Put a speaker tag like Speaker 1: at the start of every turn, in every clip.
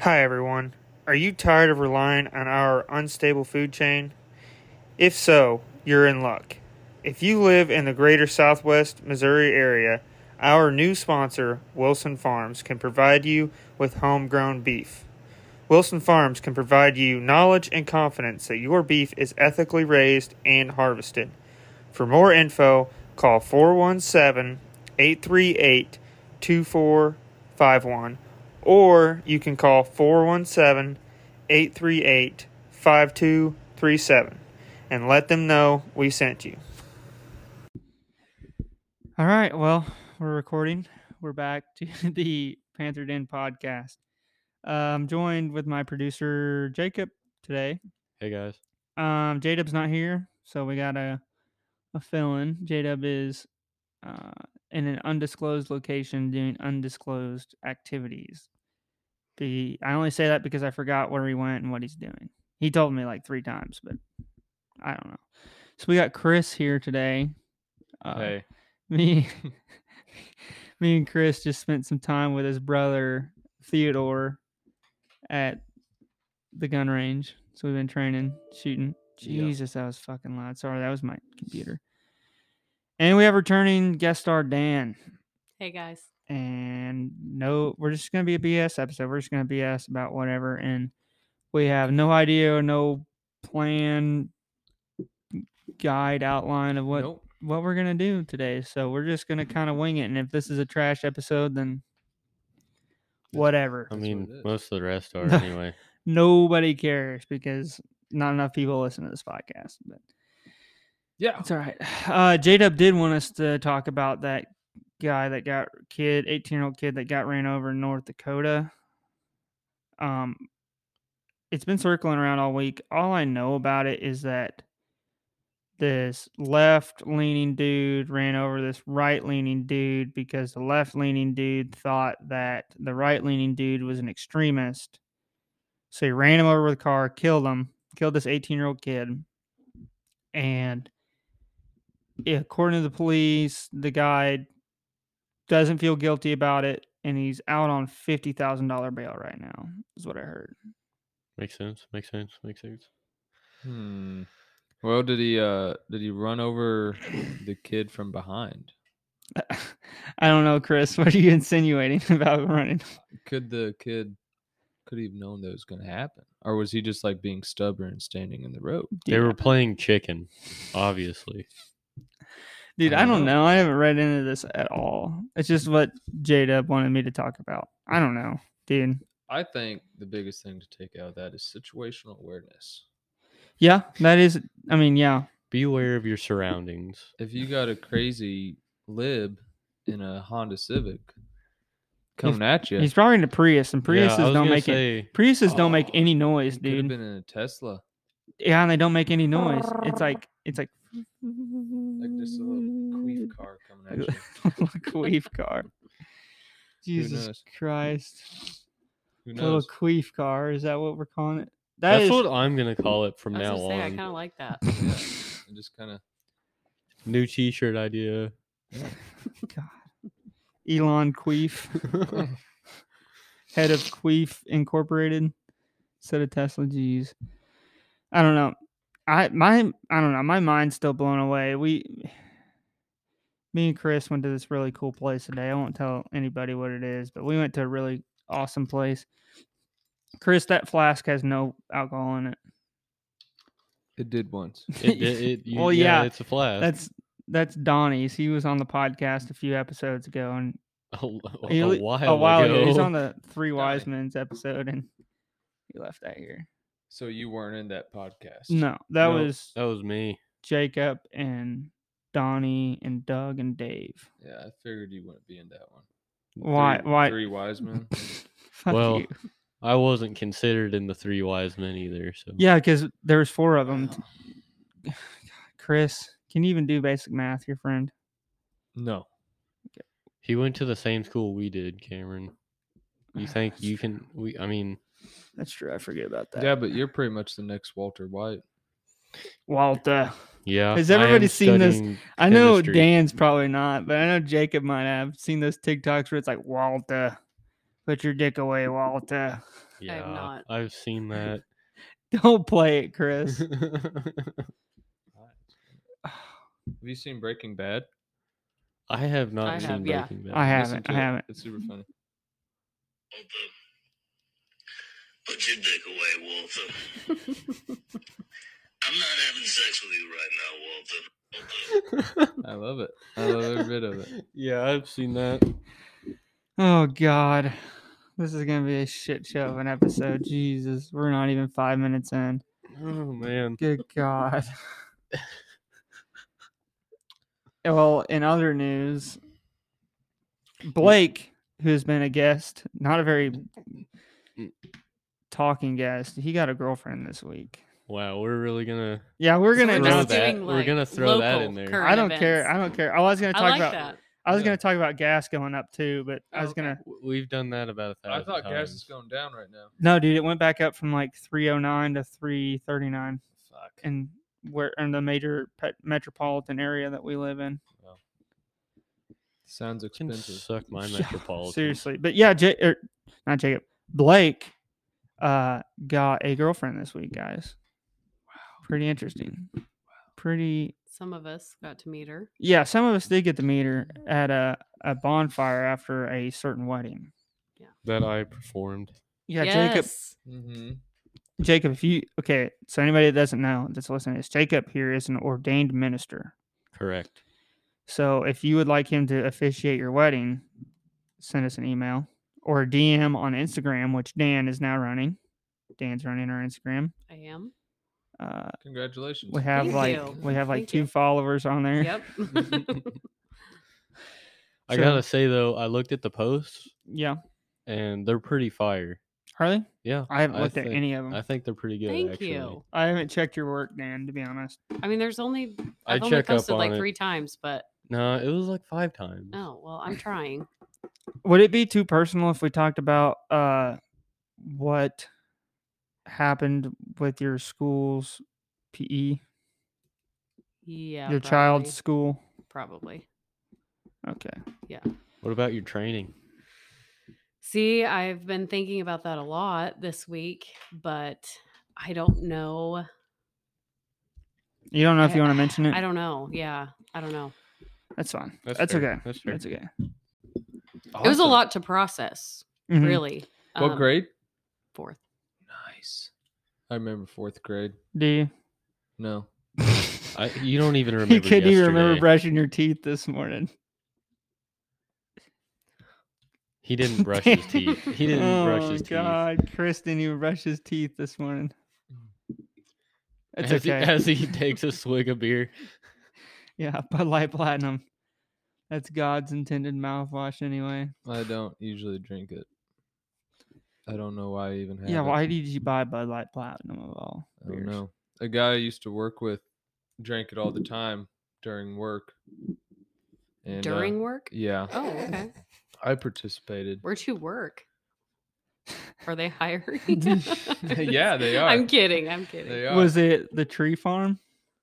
Speaker 1: Hi, everyone. Are you tired of relying on our unstable food chain? If so, you're in luck. If you live in the greater southwest Missouri area, our new sponsor, Wilson Farms, can provide you with homegrown beef. Wilson Farms can provide you knowledge and confidence that your beef is ethically raised and harvested. For more info, call 417 838 2451 or you can call 417 838 5237 and let them know we sent you. All right. Well, we're recording. We're back to the Panther Den podcast. Uh, I'm joined with my producer, Jacob, today.
Speaker 2: Hey guys.
Speaker 1: Um, J Dub's not here, so we got a a fill in. J Dub is uh, in an undisclosed location doing undisclosed activities. The I only say that because I forgot where he went and what he's doing. He told me like three times, but I don't know. So we got Chris here today. Uh,
Speaker 2: hey.
Speaker 1: me me and chris just spent some time with his brother theodore at the gun range so we've been training shooting
Speaker 2: Yeah.
Speaker 1: jesus that was fucking loud sorry that was my computer and we have returning guest star dan
Speaker 3: Hey guys.
Speaker 1: and no we're just gonna be a bs episode we're just gonna bs about whatever and we have no idea no plan guide outline of what
Speaker 2: Nope.
Speaker 1: what we're gonna do today. So we're just gonna kind of wing it, and if this is a trash episode, then whatever.
Speaker 2: I
Speaker 1: Um,
Speaker 2: That's what it
Speaker 4: mean,
Speaker 2: is.
Speaker 4: most of the rest are anyway.
Speaker 1: Nobody cares because not enough people listen to this podcast. But
Speaker 2: Yeah.
Speaker 1: it's all right. Uh, J Dub did want us to talk about that guy that got kid, eighteen year old kid that got ran over in North Dakota. Um, it's been circling around all week. All I know about it is that this left leaning dude ran over this right leaning dude because the left leaning dude thought that the right leaning dude was an extremist. So he ran him over with a car, killed him, killed this 18 year old kid. And yeah, according to the police, the guy doesn't feel guilty about it, and he's out on fifty thousand dollar bail right now. Is what I heard.
Speaker 4: Makes sense. Makes sense. Makes sense.
Speaker 2: Hmm. Well, did he uh did he run over the kid from behind?
Speaker 1: I don't know, Chris. What are you insinuating about running?
Speaker 2: Could the kid could he have known that was going to happen, or was he just like being stubborn and standing in the road?
Speaker 4: They were playing chicken, obviously.
Speaker 1: Dude, I
Speaker 2: I don't
Speaker 1: don't
Speaker 2: know.
Speaker 1: know. I haven't read into this at all. It's just what J Dub wanted me to talk about. I don't know, dude.
Speaker 2: I think the biggest thing to take out of that is situational awareness.
Speaker 1: Yeah, that is. I mean, yeah.
Speaker 4: Beware of your surroundings.
Speaker 2: If you got a crazy lib in a Honda Civic
Speaker 1: He's-
Speaker 2: coming at you,
Speaker 1: He's probably in a Prius, and
Speaker 4: Yeah, I
Speaker 1: Priuses
Speaker 4: was
Speaker 1: don't
Speaker 4: gonna
Speaker 1: make it.
Speaker 4: say, uh,
Speaker 1: Priuses don't make
Speaker 2: Oh,
Speaker 1: any noise,
Speaker 2: could have
Speaker 1: dude.
Speaker 2: been in a Tesla.
Speaker 1: yeah, and they don't make any noise. It's like it's like
Speaker 2: Like just a little queef car coming at you.
Speaker 1: little queef car. Jesus
Speaker 2: knows?
Speaker 1: Christ.
Speaker 2: Who
Speaker 1: Little
Speaker 2: knows?
Speaker 1: queef car. Is that what we're calling it? That
Speaker 4: That's
Speaker 1: is-
Speaker 4: what I'm gonna call it from
Speaker 3: I was
Speaker 4: now
Speaker 3: gonna say I
Speaker 4: on.
Speaker 3: kind of like that.
Speaker 2: Yeah, I just kind of
Speaker 4: New T-shirt idea.
Speaker 1: God. Elon Queef. Head of Queef Incorporated. Instead of Tesla. Jeez. I don't know. I my I don't know. My mind's still blown away. We me and Chris went to this really cool place today. I won't tell anybody what it is, but we went to a really awesome place. Chris, that flask has no alcohol in it.
Speaker 2: it did once.
Speaker 4: It, it, it, you,
Speaker 1: Well,
Speaker 4: yeah,
Speaker 1: yeah,
Speaker 4: it's a flash.
Speaker 1: That's that's Donnie's. He was on the podcast a few episodes ago, and
Speaker 4: a, a,
Speaker 1: he
Speaker 4: a
Speaker 1: li-
Speaker 4: while,
Speaker 1: a while
Speaker 4: ago.
Speaker 1: ago. He's on the Three Wise
Speaker 2: Donnie.
Speaker 1: Men's episode, and he left that here.
Speaker 2: So you weren't in that podcast.
Speaker 1: No, that
Speaker 4: No, Uh,
Speaker 1: was
Speaker 4: that was me.
Speaker 1: Jacob and Donnie and Doug and Dave.
Speaker 2: Yeah, I figured you wouldn't be in that one.
Speaker 1: Why?
Speaker 2: Three,
Speaker 1: why?
Speaker 2: Three wise men.
Speaker 1: Fuck
Speaker 4: Well,
Speaker 1: you.
Speaker 4: I wasn't considered in the three wise men either. So
Speaker 1: Yeah, because there was four of them. Chris, can you even do basic math, your friend?
Speaker 2: No.
Speaker 4: he went to the same school we did, Cameron. You think you can? We, I mean,
Speaker 1: That's true. I forget about that.
Speaker 2: Yeah, but you're pretty much the next Walter White.
Speaker 1: Walter.
Speaker 4: yeah.
Speaker 1: Has
Speaker 4: I am
Speaker 1: everybody seen this-
Speaker 4: studying
Speaker 1: I know
Speaker 4: chemistry.
Speaker 1: Dan's probably not, but I know Jacob might have seen those TikToks where it's like Walter. Put your dick away, Walter.
Speaker 4: Yeah,
Speaker 3: not.
Speaker 4: I've seen that.
Speaker 1: Don't play it, Chris.
Speaker 2: Have you seen Breaking Bad?
Speaker 4: I have not
Speaker 3: I
Speaker 4: seen
Speaker 3: have, yeah.
Speaker 4: Breaking Bad.
Speaker 1: I
Speaker 2: Listen
Speaker 1: haven't.
Speaker 2: to
Speaker 1: I
Speaker 2: it.
Speaker 1: haven't.
Speaker 2: It's super funny.
Speaker 5: Walter. Put your dick away, Walter. I'm not having sex with you right now, Walter. Walter.
Speaker 2: I love it. I love every bit of it.
Speaker 4: Yeah, I've seen that.
Speaker 1: Oh God, this is gonna be a shit show of an episode. Jesus, we're not even five minutes in.
Speaker 4: Oh man.
Speaker 1: Good God. well, in other news, Blake, who's been a guest, not a very
Speaker 4: Mm.
Speaker 1: talking guest, he got a girlfriend this week.
Speaker 4: Wow, we're really gonna
Speaker 1: Yeah, we're
Speaker 3: So
Speaker 1: gonna
Speaker 4: we're
Speaker 3: just
Speaker 1: announce.
Speaker 4: doing that- we're gonna throw that
Speaker 3: local
Speaker 4: in there.
Speaker 3: current
Speaker 1: I don't care.
Speaker 3: events.
Speaker 1: I don't care. Oh, I was gonna
Speaker 3: I
Speaker 1: talk
Speaker 3: like
Speaker 1: about.
Speaker 3: that.
Speaker 1: I was
Speaker 2: Yeah.
Speaker 1: gonna talk about gas going up too, but I
Speaker 3: Oh,
Speaker 1: was
Speaker 3: okay.
Speaker 1: gonna.
Speaker 4: w- we've done that about a
Speaker 2: I
Speaker 4: thousand
Speaker 2: thought gas
Speaker 4: times.
Speaker 2: is going down right now.
Speaker 1: No, dude, it went back up from like 309 to 339
Speaker 2: Fuck.
Speaker 1: and where in the major pet metropolitan area that we live in.
Speaker 2: Sounds
Speaker 4: Can
Speaker 2: expensive.
Speaker 4: suck my
Speaker 1: Yeah,
Speaker 4: metropolitan.
Speaker 1: Seriously. But yeah, J- er, not Jacob. Blake uh got a girlfriend this week, guys. Wow. Pretty interesting. Pretty
Speaker 3: Some of us got to meet her.
Speaker 1: Yeah, some of us did get to meet her at a, a bonfire after a certain wedding.
Speaker 4: that I performed.
Speaker 1: Yeah, Jacob
Speaker 3: yes.
Speaker 2: Mm-hmm.
Speaker 1: Jacob, if you okay, so anybody that doesn't know that's listening, is Jacob here is an ordained minister.
Speaker 4: Correct.
Speaker 1: So if you would like him to officiate your wedding, send us an email or DM on Instagram, which Dan is now running. Dan's running our Instagram.
Speaker 3: I am.
Speaker 1: Uh,
Speaker 2: Congratulations.
Speaker 1: we have
Speaker 3: Thank
Speaker 1: like
Speaker 3: you.
Speaker 1: we have like
Speaker 3: Thank
Speaker 1: two
Speaker 3: you.
Speaker 1: followers on there.
Speaker 3: Yep.
Speaker 4: I
Speaker 1: So-
Speaker 4: gotta say though, I looked at the posts
Speaker 1: Yeah,
Speaker 4: and they're pretty fire.
Speaker 1: Harley.
Speaker 4: Yeah,
Speaker 1: I haven't
Speaker 4: I
Speaker 1: looked at
Speaker 4: think-
Speaker 1: any of them.
Speaker 4: I think they're pretty good.
Speaker 3: Thank
Speaker 4: actually.
Speaker 3: you.
Speaker 1: I haven't checked your work, Dan. To be honest,
Speaker 3: I mean, there's only
Speaker 4: I
Speaker 3: I've only
Speaker 4: check up
Speaker 3: posted
Speaker 4: on
Speaker 3: like
Speaker 4: it.
Speaker 3: three times, but
Speaker 4: No, it was like five times.
Speaker 3: oh well, I'm trying.
Speaker 1: would it be too personal if we talked about uh what happened with your school's PE,
Speaker 3: Yeah.
Speaker 1: your
Speaker 3: probably.
Speaker 1: child's school?
Speaker 3: probably.
Speaker 1: Okay.
Speaker 4: What about your training?
Speaker 3: See, I've been thinking about that a lot this week, but I don't know.
Speaker 1: You don't know if
Speaker 3: I-
Speaker 1: you want to mention it.
Speaker 3: I don't know. Yeah, I don't know.
Speaker 1: That's fine. That's,
Speaker 4: That's fair.
Speaker 1: okay. That's,
Speaker 4: That's fair.
Speaker 1: okay.
Speaker 3: It was a lot to process,
Speaker 1: Mhm.
Speaker 3: really.
Speaker 2: What
Speaker 3: um,
Speaker 2: grade?
Speaker 3: Fourth.
Speaker 2: Nice. I remember fourth grade.
Speaker 1: Do you?
Speaker 2: No.
Speaker 4: I, you don't even remember.
Speaker 1: you couldn't even remember
Speaker 4: yesterday.
Speaker 1: brushing your teeth this morning.
Speaker 4: He didn't brush his teeth. He didn't brush his
Speaker 1: Oh God, Chris didn't even brush his teeth this morning.
Speaker 4: teeth.
Speaker 1: It's
Speaker 4: as, he-
Speaker 1: okay.
Speaker 4: as he takes a swig of beer.
Speaker 1: yeah, Bud Light Platinum. That's God's intended mouthwash, anyway.
Speaker 2: I don't usually drink it. I don't know why I even have
Speaker 1: yeah,
Speaker 2: it.
Speaker 1: why did you buy Bud Light Platinum of all?
Speaker 2: I don't
Speaker 1: beers?
Speaker 2: know. Oh, A guy I used to work with drank it all the time during work. And, uh,
Speaker 3: During work?
Speaker 2: yeah,
Speaker 3: Oh, okay.
Speaker 2: I participated.
Speaker 3: Where'd you work? Are they hiring?
Speaker 2: Yeah, they
Speaker 3: I'm
Speaker 2: are.
Speaker 3: kidding. I'm kidding.
Speaker 2: They are.
Speaker 1: Was it the tree farm?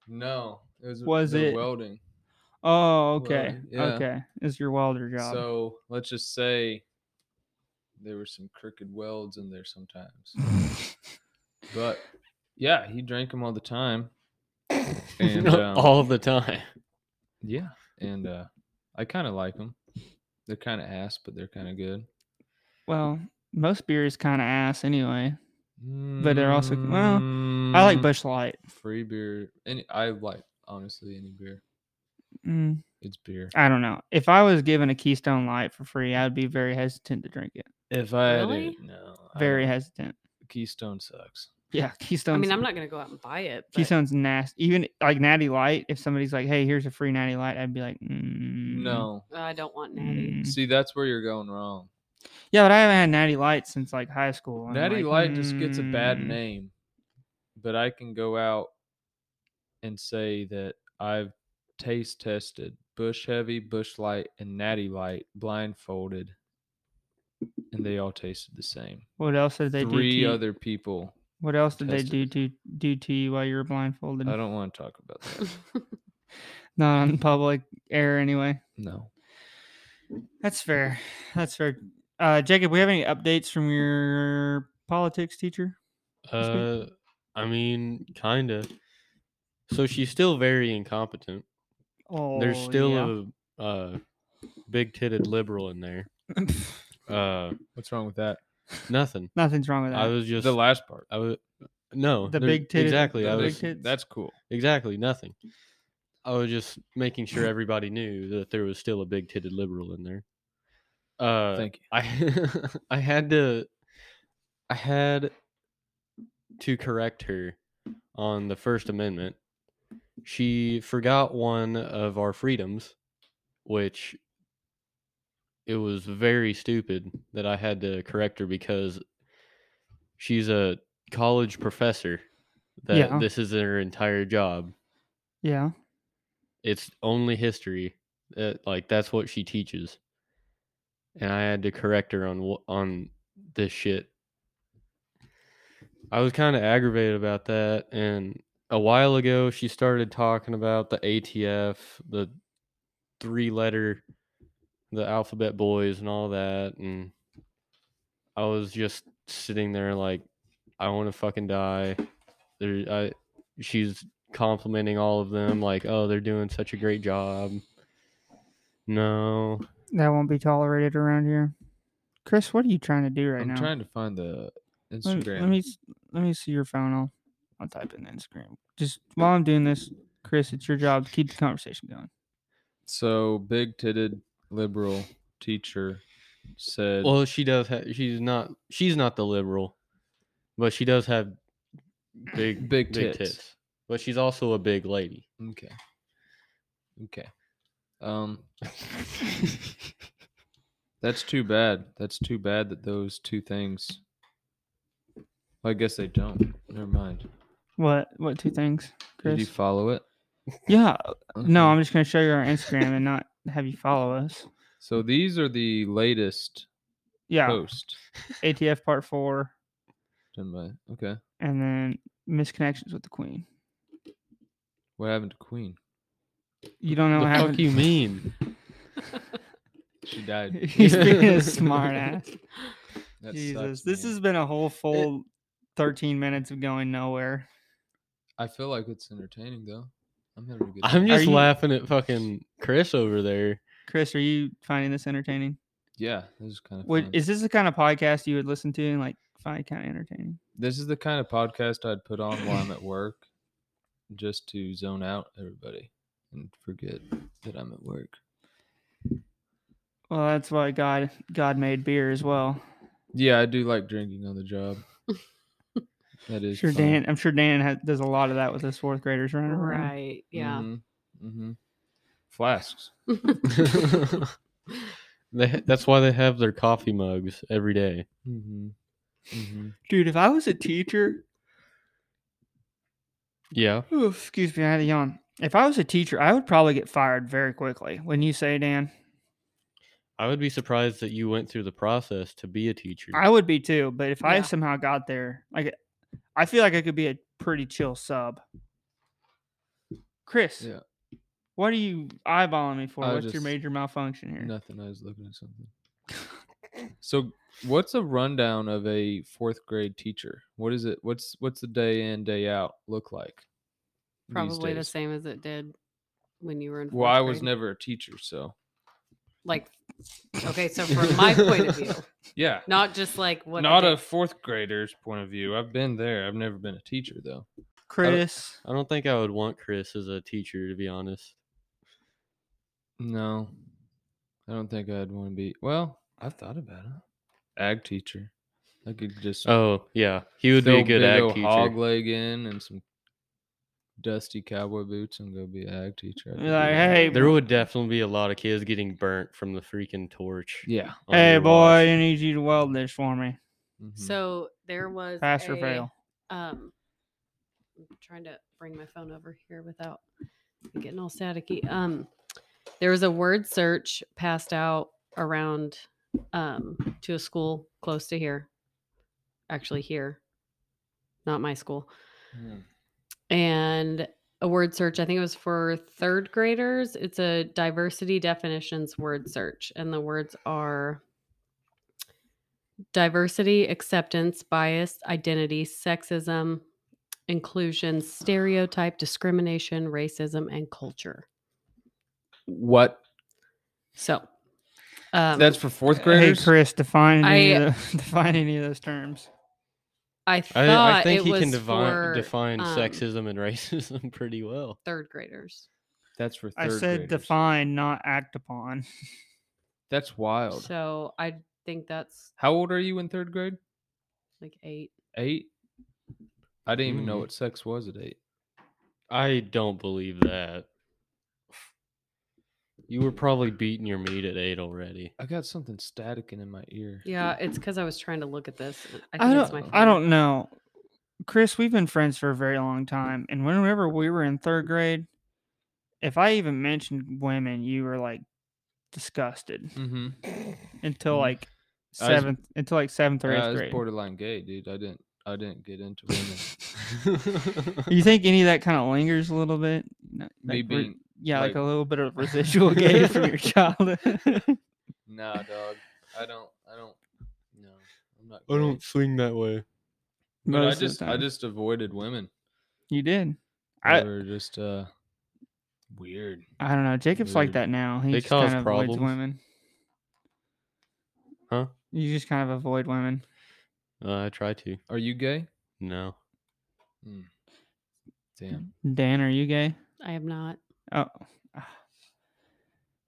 Speaker 2: no, it was
Speaker 1: was
Speaker 2: the
Speaker 1: it-
Speaker 2: welding.
Speaker 1: Oh, okay.
Speaker 2: Welding, yeah.
Speaker 1: Okay. It's your welder job.
Speaker 2: So let's just say there were some crooked welds in there sometimes. but yeah, he drank them all the time. And um,
Speaker 4: all the time.
Speaker 2: yeah, and uh, I kind of like them. They're kind of ass, but they're kind of good.
Speaker 1: well, most beer is kind of ass anyway. But they're also- well, I
Speaker 2: Mm,
Speaker 1: like Bush Light.
Speaker 2: free beer. Any I like honestly any beer.
Speaker 1: Mm.
Speaker 2: It's beer.
Speaker 1: I don't know. If I was given a Keystone Light for free, I'd be very hesitant to drink it.
Speaker 2: If I
Speaker 3: had Really? it,
Speaker 2: no,
Speaker 1: Very hesitant.
Speaker 2: Keystone sucks.
Speaker 1: Yeah, Keystone.
Speaker 3: I mean, I'm not gonna go out and buy it. But
Speaker 1: Keystone's nasty. Even like Natty Light. If somebody's like, "Hey, here's a free Natty Light," I'd be like, mm,
Speaker 2: No,
Speaker 3: I don't want natty.
Speaker 1: mm."
Speaker 2: see that's where you're going wrong.
Speaker 1: Yeah, but I haven't had Natty Light since like high school. and I'm
Speaker 2: Natty
Speaker 1: like,
Speaker 2: Light just gets a bad
Speaker 1: "Mm."
Speaker 2: name, but I can go out and say that I've taste tested Bush Heavy, Bush Light, and Natty Light blindfolded, and they all tasted the same.
Speaker 1: What else did they do? To
Speaker 2: Three
Speaker 1: you?
Speaker 2: other people.
Speaker 1: What else did they do
Speaker 2: tested.
Speaker 1: to do to you while you were blindfolded?
Speaker 2: I don't want to talk about that.
Speaker 1: Not on public air, anyway.
Speaker 2: No.
Speaker 1: That's fair. That's fair. Uh, Jacob, we have any updates from your politics teacher? This
Speaker 4: Uh, I mean, kinda. So she's still very incompetent.
Speaker 1: Oh,
Speaker 4: There's still a uh, big-titted liberal in there.
Speaker 1: yeah.
Speaker 4: Uh,
Speaker 2: What's wrong with that?
Speaker 4: nothing.
Speaker 1: nothing's wrong with that.
Speaker 4: I was just
Speaker 2: the last part.
Speaker 4: I was no
Speaker 1: The
Speaker 4: there-
Speaker 1: big-titted-
Speaker 4: Exactly.
Speaker 1: the
Speaker 4: I
Speaker 1: big
Speaker 4: was
Speaker 1: tits.
Speaker 2: That's cool.
Speaker 4: exactly nothing. I was just making sure everybody knew that there was still a big-titted liberal in there. Uh,
Speaker 2: Thank you.
Speaker 4: I I had to I had to correct her on the First Amendment. She forgot one of our freedoms, which it was very stupid that I had to correct her because she's a college professor that
Speaker 1: Yeah.
Speaker 4: this is her entire job.
Speaker 1: yeah.
Speaker 4: It's only history. That like that's what she teaches. And I had to correct her on wh- on this shit. I was kind of aggravated about that and a while ago she started talking about the ATF, the three letter the alphabet boys and all that and I was just sitting there like I want to fucking die. There I she's complimenting all of them like oh they're doing such a great job no
Speaker 1: That won't be tolerated around here. Chris, what are you trying to do right
Speaker 2: I'm
Speaker 1: now?
Speaker 2: trying to find the
Speaker 1: let,
Speaker 2: Instagram.
Speaker 1: me, let me s- let me see your phone. I'll I'll type in Instagram. Just while I'm doing this, Chris, it's your job to keep the conversation going.
Speaker 2: So big titted liberal teacher said
Speaker 4: well she does have she's not she's not the liberal but she does have big
Speaker 2: Big
Speaker 4: big
Speaker 2: tits.
Speaker 4: tits but she's also a big lady
Speaker 2: Okay. Okay. Um That's too bad. That's too bad that those two things well, I guess they don't. Never mind.
Speaker 1: What what two things,
Speaker 2: Did
Speaker 1: Chris?
Speaker 2: you Mm-hmm. follow it?
Speaker 1: yeah. No,
Speaker 2: Okay.
Speaker 1: I'm just gonna show you our Instagram and not have you follow us.
Speaker 2: So these are the latest
Speaker 1: Yeah.
Speaker 2: posts.
Speaker 1: ATF part four
Speaker 2: Done by okay.
Speaker 1: and then misconnections with the Queen.
Speaker 2: What happened to Queen?
Speaker 1: You don't know
Speaker 4: the
Speaker 1: what
Speaker 4: fuck
Speaker 1: happened.
Speaker 4: you mean
Speaker 2: She died.
Speaker 1: He's being a smart ass.
Speaker 2: That
Speaker 1: Jesus.
Speaker 2: sucks,
Speaker 1: this
Speaker 2: man.
Speaker 1: has been a whole full thirteen minutes of going nowhere.
Speaker 2: I feel like it's entertaining though. I'm having a good
Speaker 4: i'm
Speaker 2: time.
Speaker 4: just
Speaker 1: you-
Speaker 4: laughing at fucking chris over there
Speaker 1: Chris, are you finding this entertaining?
Speaker 2: Yeah, this is kind of
Speaker 1: Would
Speaker 2: fun.
Speaker 1: is this the kind of podcast you would listen to and like find kind of entertaining?
Speaker 2: this is the kind of podcast I'd put on while I'm at work, just to zone out everybody and forget that I'm at work.
Speaker 1: Well, that's why God God made beer as well.
Speaker 2: Yeah, I do like drinking on the job. that
Speaker 1: I'm
Speaker 2: is
Speaker 1: sure,
Speaker 2: fun.
Speaker 1: Dan. I'm sure Dan has, does a lot of that with his fourth graders running around.
Speaker 3: Right. Yeah.
Speaker 2: Mhm, mhm. Flasks.
Speaker 4: they, ha- that's why they have their coffee mugs every day
Speaker 2: Mm-hmm. Mm-hmm.
Speaker 1: Dude, if I was a teacher,
Speaker 4: yeah
Speaker 1: oof, excuse me, I had a yawn. If I was a teacher, I would probably get fired very quickly. When you say, Dan,
Speaker 4: i would be surprised that you went through the process to be a teacher
Speaker 1: I would be too. But if I
Speaker 3: Yeah.
Speaker 1: somehow got there, like, eh, I feel like I could be a pretty chill sub. Chris,
Speaker 2: Yeah.
Speaker 1: what are you eyeballing me for?
Speaker 2: I
Speaker 1: What's your
Speaker 2: just-
Speaker 1: major malfunction here?
Speaker 2: Nothing. I was looking at something. So, what's a rundown of a fourth grade teacher? What is it? What's what's the day in day out look like? these
Speaker 3: Probably the
Speaker 2: days?
Speaker 3: same as it did when you were in.
Speaker 2: Well, I
Speaker 3: fourth
Speaker 2: was
Speaker 3: grade.
Speaker 2: never a teacher, so
Speaker 3: like. Okay, so from my point of view,
Speaker 2: yeah.
Speaker 3: not just like what. I
Speaker 2: Not a
Speaker 3: did-
Speaker 2: fourth grader's point of view. I've been there. I've never been a teacher though.
Speaker 1: Chris.
Speaker 4: I don't think I would want Chris as a teacher, to be honest.
Speaker 2: No, I don't think I'd want to be. Well, I've thought about it. Ag teacher. I could just
Speaker 4: Oh yeah, he would be a
Speaker 2: throw
Speaker 4: good
Speaker 2: big
Speaker 4: ag
Speaker 2: ol'
Speaker 4: teacher.
Speaker 2: hog leg in and some dusty cowboy boots and go be an ag teacher. I could
Speaker 1: Be
Speaker 2: do
Speaker 1: like,
Speaker 2: that.
Speaker 1: "Hey,
Speaker 4: There would definitely be a lot of kids getting burnt from the freaking torch.
Speaker 2: yeah.
Speaker 4: on
Speaker 1: Hey
Speaker 4: your
Speaker 1: boy,
Speaker 4: watch.
Speaker 1: I need you to weld this for me.
Speaker 2: mhm.
Speaker 3: So there was
Speaker 1: Mm-hmm. Pass or
Speaker 3: a-
Speaker 1: fail.
Speaker 3: Um, I'm trying to bring my phone over here without it getting all staticky. Um, there was a word search passed out around um, to a school close to here, actually here, not my school,
Speaker 2: Mm.
Speaker 3: and a word search. I think it was for third graders. It's a diversity definitions word search, and the words are diversity, acceptance, bias, identity, sexism, inclusion, stereotype, discrimination, racism, and culture.
Speaker 2: What?
Speaker 3: So um,
Speaker 2: That's for fourth
Speaker 1: Hey,
Speaker 2: graders.
Speaker 1: Chris, define any,
Speaker 3: I-
Speaker 1: of tho- define any of those terms.
Speaker 3: I
Speaker 4: I,
Speaker 3: thought
Speaker 4: I think
Speaker 3: it
Speaker 4: he
Speaker 3: was
Speaker 4: can define
Speaker 3: for
Speaker 4: define
Speaker 3: um,
Speaker 4: sexism and racism pretty well.
Speaker 3: third graders.
Speaker 2: That's for third
Speaker 1: I said
Speaker 2: graders.
Speaker 1: define, not act upon.
Speaker 2: That's wild.
Speaker 3: So I think that's
Speaker 2: How old are you in third grade?
Speaker 3: like eight.
Speaker 2: Eight. I didn't even know
Speaker 4: Mm.
Speaker 2: what sex was at eight.
Speaker 4: I don't believe that. You were probably beating your meat at eight already.
Speaker 2: I got something staticing in my ear.
Speaker 3: Yeah, it's because I was trying to look at this. and I
Speaker 1: I
Speaker 3: think it's my
Speaker 1: don't. I don't know, Chris. We've been friends for a very long time, and whenever we were in third grade, if I even mentioned women, you were like disgusted
Speaker 2: Mm-hmm.
Speaker 1: until
Speaker 2: Mhm.
Speaker 1: like
Speaker 2: I was-
Speaker 1: seventh, until like seventh or eighth
Speaker 2: I was
Speaker 1: grade.
Speaker 2: borderline gay, dude. I didn't. I didn't get into women.
Speaker 1: You think any of that kind of lingers a little bit? No,
Speaker 2: Me
Speaker 1: like re-
Speaker 2: being
Speaker 1: yeah, like,
Speaker 2: like-
Speaker 1: a little bit of residual gay from your childhood.
Speaker 2: nah, dog. I don't. I don't. No, I'm not.
Speaker 4: I
Speaker 2: gay.
Speaker 4: don't swing that way.
Speaker 2: But I
Speaker 1: Most of the
Speaker 2: just. I
Speaker 1: time.
Speaker 2: just avoided women.
Speaker 1: you did.
Speaker 2: They
Speaker 1: I-
Speaker 2: were just uh weird.
Speaker 1: I don't know. Jacob's like
Speaker 2: Weird.
Speaker 1: that now. He
Speaker 4: They
Speaker 1: just kind
Speaker 4: cause
Speaker 1: of
Speaker 4: problems.
Speaker 1: avoids women.
Speaker 4: Huh?
Speaker 1: You just kind of avoid women.
Speaker 4: Uh, I try to.
Speaker 2: Are you gay?
Speaker 4: No.
Speaker 2: Damn.
Speaker 1: Dan, are you gay?
Speaker 3: I am not.
Speaker 1: Oh, ah.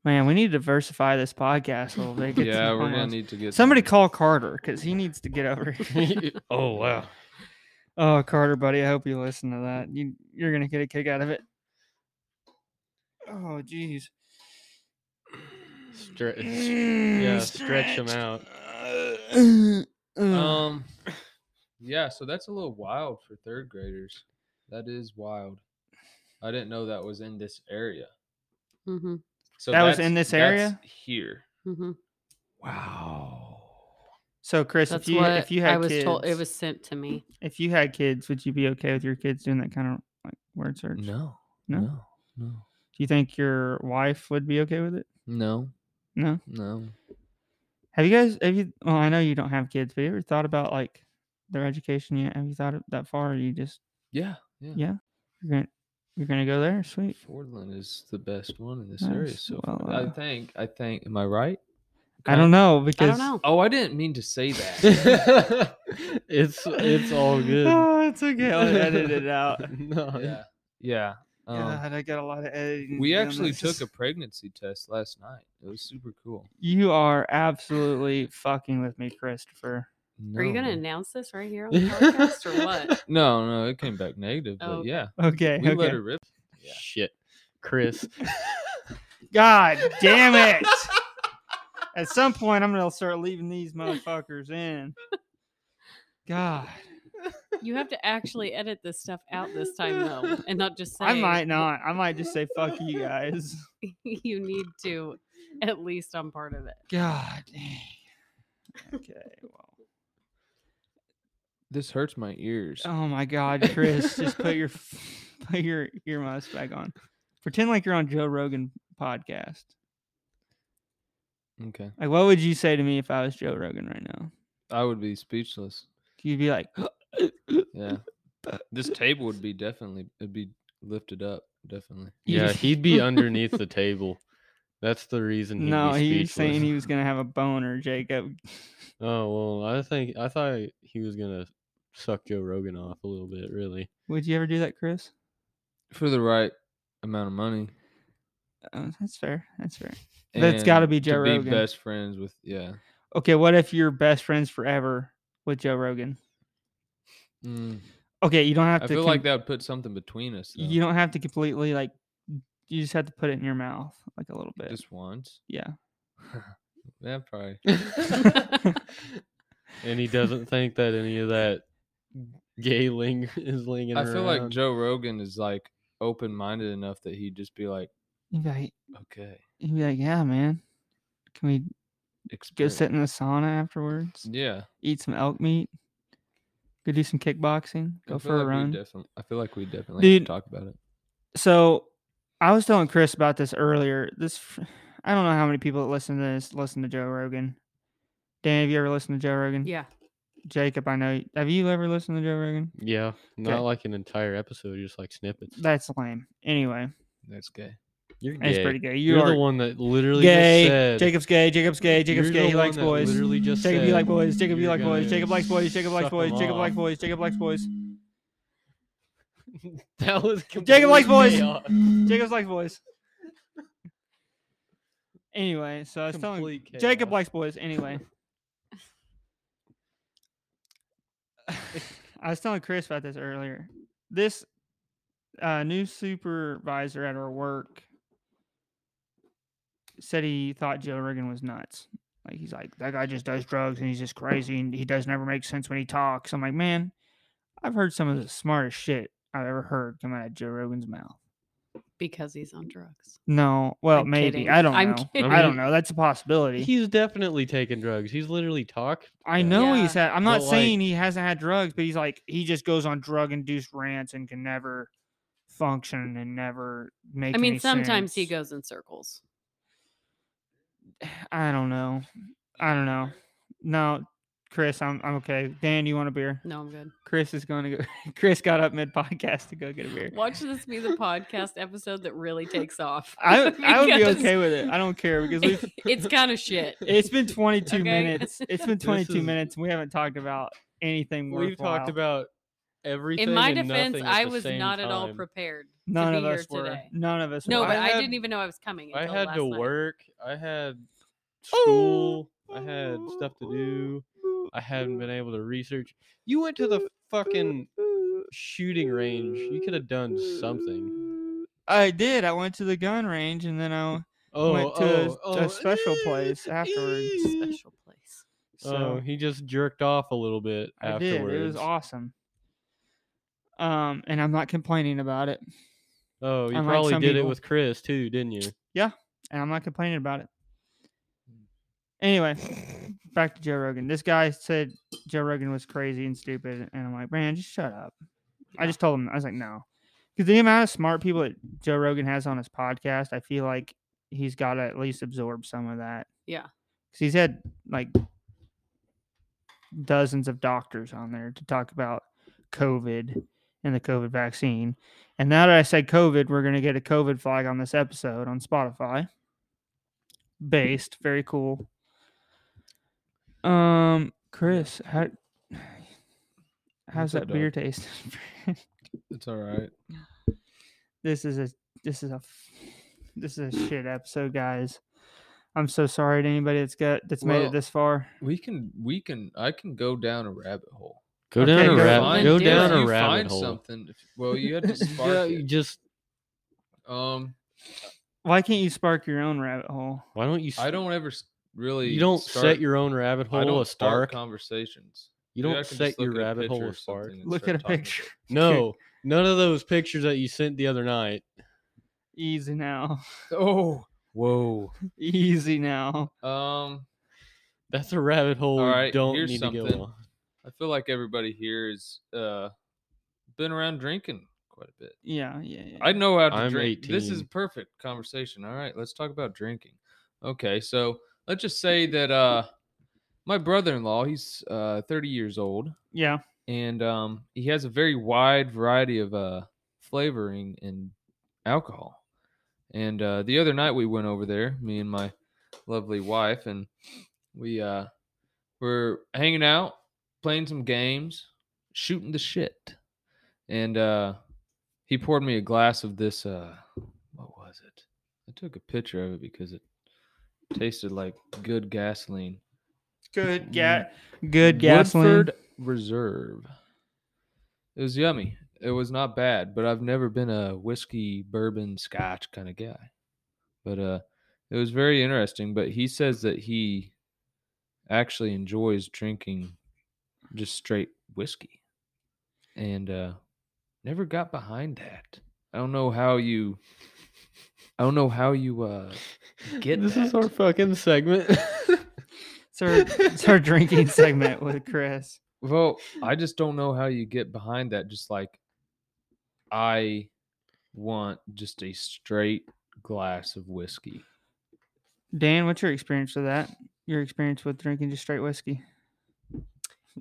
Speaker 1: man, we need to diversify this podcast a little bit. get
Speaker 2: Yeah,
Speaker 1: some
Speaker 2: we're gonna
Speaker 1: hormones.
Speaker 2: need to get
Speaker 1: Somebody
Speaker 2: some-
Speaker 1: call Carter because he needs to get over. here.
Speaker 4: oh wow.
Speaker 1: Oh, Carter, buddy, I hope you listen to that. You you're gonna get a kick out of it. Oh, jeez.
Speaker 4: Stre- s- yeah, stretch them out.
Speaker 1: out.
Speaker 2: Um, yeah, so that's a little wild for third graders. That is wild. I didn't know that was in this area.
Speaker 3: hmm
Speaker 2: So
Speaker 1: That was
Speaker 2: that's-
Speaker 1: in this
Speaker 2: that's
Speaker 1: area?
Speaker 2: here.
Speaker 3: hmm
Speaker 2: Wow.
Speaker 1: So, Chris,
Speaker 3: That's
Speaker 1: if you
Speaker 3: what
Speaker 1: if you had
Speaker 3: I was
Speaker 1: kids,
Speaker 3: told. It was sent to me.
Speaker 1: if you had kids, would you be okay with your kids doing that kind of like word search? Do
Speaker 2: No.
Speaker 1: No?
Speaker 2: No. No.
Speaker 1: you think your wife would be okay with it?
Speaker 2: No.
Speaker 1: No.
Speaker 2: No.
Speaker 1: Have you guys? Have you? Well, I know you don't have kids, but you ever thought about like their education yet? Have you thought of that far? Or you just
Speaker 2: Yeah. Yeah.
Speaker 1: yeah, you're gonna you're gonna go there. Sweet.
Speaker 2: Fordland is the best one in this
Speaker 1: Nice.
Speaker 2: area. So far.
Speaker 1: Well,
Speaker 2: I
Speaker 1: uh,
Speaker 2: think. I think. Am I right?
Speaker 1: I don't know
Speaker 3: I
Speaker 1: because
Speaker 3: don't know.
Speaker 2: Oh, I didn't mean to say that.
Speaker 4: it's it's all good.
Speaker 1: Oh, it's okay. I'll edit it out.
Speaker 4: no,
Speaker 2: yeah. Yeah. Um,
Speaker 1: God, I got a lot of editing.
Speaker 2: We
Speaker 1: to do on
Speaker 2: actually
Speaker 1: this.
Speaker 2: took a pregnancy test last night. It was super cool.
Speaker 1: You are absolutely fucking with me, Christopher.
Speaker 3: Are you going to
Speaker 2: No.
Speaker 3: announce this right here on the podcast or what?
Speaker 2: No, no, it came back negative, but
Speaker 3: Oh, okay.
Speaker 2: yeah,
Speaker 1: Okay.
Speaker 2: we
Speaker 1: okay.
Speaker 2: let her rip. Yeah.
Speaker 4: Shit, Chris.
Speaker 1: God damn it! At some point, I'm gonna start leaving these motherfuckers in. God,
Speaker 3: You have to actually edit this stuff out this time though, and not just say.
Speaker 1: I might not. I might just say fuck you guys.
Speaker 3: you need to, at least on part of it.
Speaker 1: God dang. Okay. Well.
Speaker 2: This hurts my ears.
Speaker 1: Oh my God, Chris, just put your f- put your ear muffs back on. Pretend like you're on Joe Rogan podcast.
Speaker 2: Okay,
Speaker 1: Like, what would you say to me if I was Joe Rogan right now?
Speaker 2: I would be speechless.
Speaker 1: You'd be like,
Speaker 2: Yeah, this table would be definitely it'd be lifted up, definitely.
Speaker 4: Yeah,
Speaker 1: just-
Speaker 4: he'd be underneath the table. That's the reason. He'd
Speaker 1: "No,
Speaker 4: be
Speaker 1: he was saying
Speaker 4: speechless.
Speaker 1: he was gonna have a boner, Jacob."
Speaker 4: Oh well, I think I thought he was gonna suck Joe Rogan off a little bit. Really,
Speaker 1: Would you ever do that, Chris?
Speaker 2: For the right amount of money,
Speaker 1: Oh, that's fair. That's fair. That's gotta
Speaker 2: and
Speaker 1: be
Speaker 2: to
Speaker 1: Joe
Speaker 2: be
Speaker 1: Rogan.
Speaker 2: Best friends with yeah.
Speaker 1: Okay, what if you're best friends forever with Joe Rogan?
Speaker 2: Mm,
Speaker 1: Okay, you don't have
Speaker 2: I
Speaker 1: to.
Speaker 2: feel like
Speaker 1: com-
Speaker 2: that would put something between us. Though.
Speaker 1: You don't have to completely like. You just have to put it in your mouth like a little bit.
Speaker 2: just once.
Speaker 1: yeah.
Speaker 2: Yeah, probably.
Speaker 4: and he doesn't think that any of that gay ling is lingering.
Speaker 2: I feel like
Speaker 4: around.
Speaker 2: Joe Rogan is like open minded enough that he'd just be like,
Speaker 1: You'd be like,
Speaker 2: okay,
Speaker 1: you'd be like, yeah, man. Can we go
Speaker 2: experience."
Speaker 1: sit in the sauna afterwards?
Speaker 2: Yeah,
Speaker 1: Eat some elk meat. Go do some kickboxing.
Speaker 2: I
Speaker 1: Go
Speaker 2: feel
Speaker 1: for
Speaker 2: like
Speaker 1: a
Speaker 2: we
Speaker 1: run.
Speaker 2: defin- I feel like we definitely have to
Speaker 1: Dude,
Speaker 2: talk about it.
Speaker 1: so I was telling Chris about this earlier. This fr- I don't know how many people that listen to this listen to Joe Rogan, Dan, have you ever listened to Joe Rogan?
Speaker 3: Yeah.
Speaker 1: Jacob, I know. Have you ever listened to Joe Rogan?
Speaker 4: Yeah, not
Speaker 1: Okay.
Speaker 4: like an entire episode, just like snippets.
Speaker 1: That's lame. Anyway,
Speaker 2: That's gay.
Speaker 4: You're
Speaker 1: it's
Speaker 4: gay.
Speaker 1: pretty gay. You
Speaker 4: You're
Speaker 1: are
Speaker 4: the one that literally
Speaker 1: gay.
Speaker 4: just said.
Speaker 1: Jacob's gay. Jacob's gay. Jacob's
Speaker 4: You're
Speaker 1: gay.
Speaker 4: the
Speaker 1: He
Speaker 4: one
Speaker 1: likes
Speaker 4: that
Speaker 1: boys.
Speaker 4: Literally just
Speaker 1: Jacob, you
Speaker 4: said,
Speaker 1: like boys. Jacob, you
Speaker 4: "You're
Speaker 1: like boys.
Speaker 4: gonna
Speaker 1: Jacob likes boys. Jacob likes
Speaker 4: suck
Speaker 1: boys.
Speaker 4: 'em
Speaker 1: Jacob likes
Speaker 4: off."
Speaker 1: boys. Jacob likes boys.
Speaker 4: That was
Speaker 1: Jacob likes boys.
Speaker 4: complete chaos.
Speaker 1: Jacob's likes boys. Anyway, so I was telling
Speaker 4: Complete chaos.
Speaker 1: Jacob likes boys. Anyway, I was telling Chris about this earlier. This uh, new supervisor at our work said he thought Joe Rogan was nuts. Like he's like that guy just does drugs and he's just crazy and he does never make sense when he talks. I'm like, man, I've heard some of the smartest shit I've ever heard come out of Joe Rogan's mouth.
Speaker 3: because he's on drugs.
Speaker 1: No, well,
Speaker 3: I'm
Speaker 1: maybe
Speaker 3: kidding.
Speaker 1: I don't
Speaker 3: I'm
Speaker 1: know.
Speaker 3: kidding.
Speaker 1: I don't know. That's a possibility.
Speaker 4: He's definitely taking drugs. He's literally talk.
Speaker 1: I
Speaker 4: Yeah.
Speaker 1: know
Speaker 3: Yeah.
Speaker 1: he's had. I'm not
Speaker 4: But, like-
Speaker 1: saying he hasn't had drugs, but he's like he just goes on drug induced rants and can never function and never make.
Speaker 3: I mean,
Speaker 1: any
Speaker 3: sometimes he
Speaker 1: sense.
Speaker 3: goes in circles.
Speaker 1: I don't know. I don't know. No, Chris, I'm I'm okay. Dan, you want a beer?
Speaker 3: No, I'm good.
Speaker 1: Chris is going to go. Chris got up mid podcast to go get a beer.
Speaker 3: Watch this be the podcast episode that really takes off.
Speaker 1: I I would be
Speaker 3: because
Speaker 1: okay with it. I don't care because we've.
Speaker 3: it's kind of shit.
Speaker 1: It's been 22
Speaker 3: Okay.
Speaker 1: minutes. It's been 22
Speaker 4: is-
Speaker 1: minutes. And we haven't talked about anything.
Speaker 4: We've
Speaker 1: worthwhile.
Speaker 4: talked about everything.
Speaker 3: In my
Speaker 4: and
Speaker 3: defense,
Speaker 4: nothing at
Speaker 3: I
Speaker 4: the
Speaker 3: was
Speaker 4: same
Speaker 3: not at all
Speaker 4: time.
Speaker 3: prepared.
Speaker 1: None
Speaker 3: be
Speaker 1: of
Speaker 3: here
Speaker 1: us were.
Speaker 3: today.
Speaker 1: None of us.
Speaker 3: No,
Speaker 1: were.
Speaker 3: but I,
Speaker 4: had-
Speaker 3: didn't even know I was coming.
Speaker 4: I
Speaker 3: until
Speaker 4: had
Speaker 3: last
Speaker 4: to
Speaker 3: night.
Speaker 4: work. I had
Speaker 1: Oh,
Speaker 4: school. I had stuff to do. I hadn't been able to research. You went to the fucking shooting range. You could have done something.
Speaker 1: I did. I went to the gun range and then I
Speaker 4: Oh,
Speaker 1: went to a,
Speaker 4: oh,
Speaker 1: a
Speaker 4: oh,
Speaker 1: special
Speaker 4: eh,
Speaker 1: place afterwards.
Speaker 3: Special place.
Speaker 1: So
Speaker 4: oh, he just jerked off a little bit
Speaker 1: I
Speaker 4: afterwards.
Speaker 1: did. It was awesome. Um, and I'm not complaining about it.
Speaker 4: Oh, you
Speaker 1: Unlike
Speaker 4: probably
Speaker 1: some
Speaker 4: did it
Speaker 1: people.
Speaker 4: with Chris too, didn't you?
Speaker 1: and I'm not complaining about it. Anyway, back to Joe Rogan. This guy said Joe Rogan was crazy and stupid, and I'm like, man, just shut up. I
Speaker 3: Yeah.
Speaker 1: just told him I was like, no, because the amount of smart people that Joe Rogan has on his podcast, I feel like he's got to at least absorb some of that.
Speaker 3: Yeah.
Speaker 1: because he's had like dozens of doctors on there to talk about COVID and the COVID vaccine. And now that I said COVID, we're going to get a COVID flag on this episode on Spotify. Based, very cool. Um, Chris, how how's
Speaker 2: up,
Speaker 1: that beer
Speaker 2: dog?
Speaker 1: taste?
Speaker 2: It's all right.
Speaker 1: this is a this is a f- this is a shit episode, guys. I'm so sorry to anybody that's got that's made
Speaker 2: Well,
Speaker 1: it this far.
Speaker 2: We can. We can. I can go down a rabbit hole.
Speaker 4: Go
Speaker 1: Okay,
Speaker 4: down
Speaker 1: go
Speaker 4: a
Speaker 1: on.
Speaker 4: rabbit. Go
Speaker 3: Do
Speaker 4: down
Speaker 3: it.
Speaker 4: a
Speaker 2: you
Speaker 4: rabbit
Speaker 2: find
Speaker 4: hole.
Speaker 2: something. if- Well, you had to
Speaker 4: You
Speaker 2: spark
Speaker 4: go- you
Speaker 2: it.
Speaker 4: just
Speaker 2: Um,
Speaker 1: Why can't you spark your own rabbit hole?
Speaker 4: why don't you?
Speaker 2: I
Speaker 4: s-
Speaker 2: don't ever s- really.
Speaker 4: You don't
Speaker 2: start,
Speaker 4: set your own rabbit
Speaker 2: I
Speaker 4: hole.
Speaker 2: don't
Speaker 4: A spark.
Speaker 2: conversations.
Speaker 4: You
Speaker 2: Dude, I
Speaker 4: don't
Speaker 2: can just
Speaker 4: set your
Speaker 2: look at a
Speaker 4: rabbit hole.
Speaker 2: picture
Speaker 4: A
Speaker 2: of
Speaker 4: spark.
Speaker 2: something and
Speaker 1: Look
Speaker 2: start
Speaker 1: at a
Speaker 2: talking about
Speaker 1: picture.
Speaker 2: it.
Speaker 4: No, none of those pictures that you sent the other night.
Speaker 1: Easy now.
Speaker 2: Oh, whoa.
Speaker 1: Easy now.
Speaker 2: Um,
Speaker 4: That's a rabbit hole. we
Speaker 2: right,
Speaker 4: don't
Speaker 2: here's
Speaker 4: need to
Speaker 2: something.
Speaker 4: go on.
Speaker 2: I feel like everybody here has uh been around drinking quite a bit.
Speaker 1: Yeah, yeah, yeah.
Speaker 2: I know how to
Speaker 4: I'm
Speaker 2: drink. This is
Speaker 4: 18.
Speaker 2: perfect conversation. All right, let's talk about drinking. Okay, so let's just say that uh my brother-in-law, he's uh 30 years old
Speaker 1: yeah.
Speaker 2: and um he has a very wide variety of uh flavoring and alcohol. And uh the other night we went over there, me and my lovely wife and we uh were hanging out, playing some games, shooting the shit. And uh he poured me a glass of this uh what was it? I took a picture of it because it tasted like good gasoline.
Speaker 1: Good
Speaker 2: ga-
Speaker 1: Good gasoline.
Speaker 2: Woodford Reserve. It was yummy. It was not bad, but I've never been a whiskey, bourbon, scotch kind of guy. But uh it was very interesting, but he says that he actually enjoys drinking just straight whiskey. And uh never got behind that. I don't know how you I don't know how you uh Get
Speaker 4: this is
Speaker 2: that.
Speaker 4: our fucking segment.
Speaker 1: It's our, it's our drinking segment with Chris.
Speaker 2: Well, I just don't know how you get behind that. Just like, I want just a straight glass of whiskey.
Speaker 1: Dan, what's your experience with that? Your experience with drinking just straight whiskey?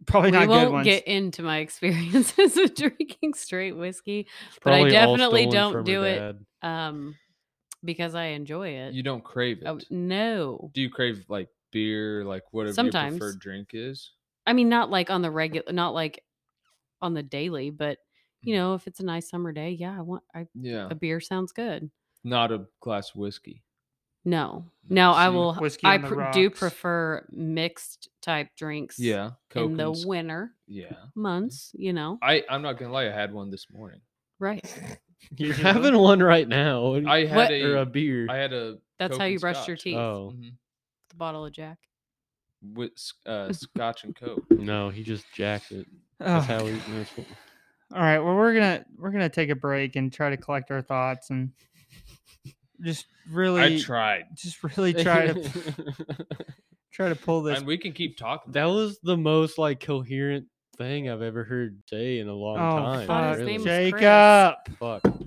Speaker 1: Probably not
Speaker 3: we
Speaker 1: good
Speaker 3: won't
Speaker 1: ones.
Speaker 3: get into my experiences with drinking straight whiskey
Speaker 4: It's
Speaker 3: But I
Speaker 4: probably all
Speaker 3: definitely
Speaker 4: stolen
Speaker 3: don't
Speaker 4: from her
Speaker 3: do it.
Speaker 4: dad.
Speaker 3: um, because I enjoy it.
Speaker 2: You don't crave it.
Speaker 3: Oh, no.
Speaker 2: Do you crave like beer, like whatever
Speaker 3: Sometimes.
Speaker 2: your preferred drink is?
Speaker 3: I mean, not like on the regular, not like on the daily, but you
Speaker 2: Mhm.
Speaker 3: know, if it's a nice summer day, yeah, I want I,
Speaker 2: Yeah.
Speaker 3: a beer sounds good.
Speaker 2: Not a glass of whiskey.
Speaker 3: No, no, I
Speaker 2: See,
Speaker 3: will.
Speaker 1: whiskey
Speaker 3: I
Speaker 1: on the
Speaker 3: pr- do
Speaker 1: rocks.
Speaker 3: prefer mixed type drinks.
Speaker 2: Yeah.
Speaker 3: in the
Speaker 2: Cokins.
Speaker 3: winter
Speaker 2: yeah.
Speaker 3: months, you know,
Speaker 2: I, I'm not gonna lie, I had one this morning.
Speaker 3: right?
Speaker 4: You're having one right now. Mm, What do you-
Speaker 2: I had
Speaker 3: What-
Speaker 2: a
Speaker 4: or a beer.
Speaker 2: I had a
Speaker 3: That's how
Speaker 2: Coke
Speaker 3: you
Speaker 2: and
Speaker 3: brush your
Speaker 2: scotch.
Speaker 3: teeth.
Speaker 4: Oh
Speaker 2: Mhm.
Speaker 3: The bottle of Jack.
Speaker 2: With s- uh, scotch and coke.
Speaker 4: no, he just jacked it. That's
Speaker 1: Ugh.
Speaker 4: how he. That's what,
Speaker 1: All right. Well, we're gonna we're gonna take a break and try to collect our thoughts and just
Speaker 2: I
Speaker 1: really
Speaker 2: tried.
Speaker 1: just really try to try to pull this.
Speaker 2: And we can keep talking.
Speaker 4: that was the most like coherent thing I've ever heard say in a long
Speaker 1: Oh
Speaker 4: time.
Speaker 3: Thought his
Speaker 1: fuck,
Speaker 3: name was
Speaker 4: really.
Speaker 3: Chris.
Speaker 1: Jacob!
Speaker 4: fuck.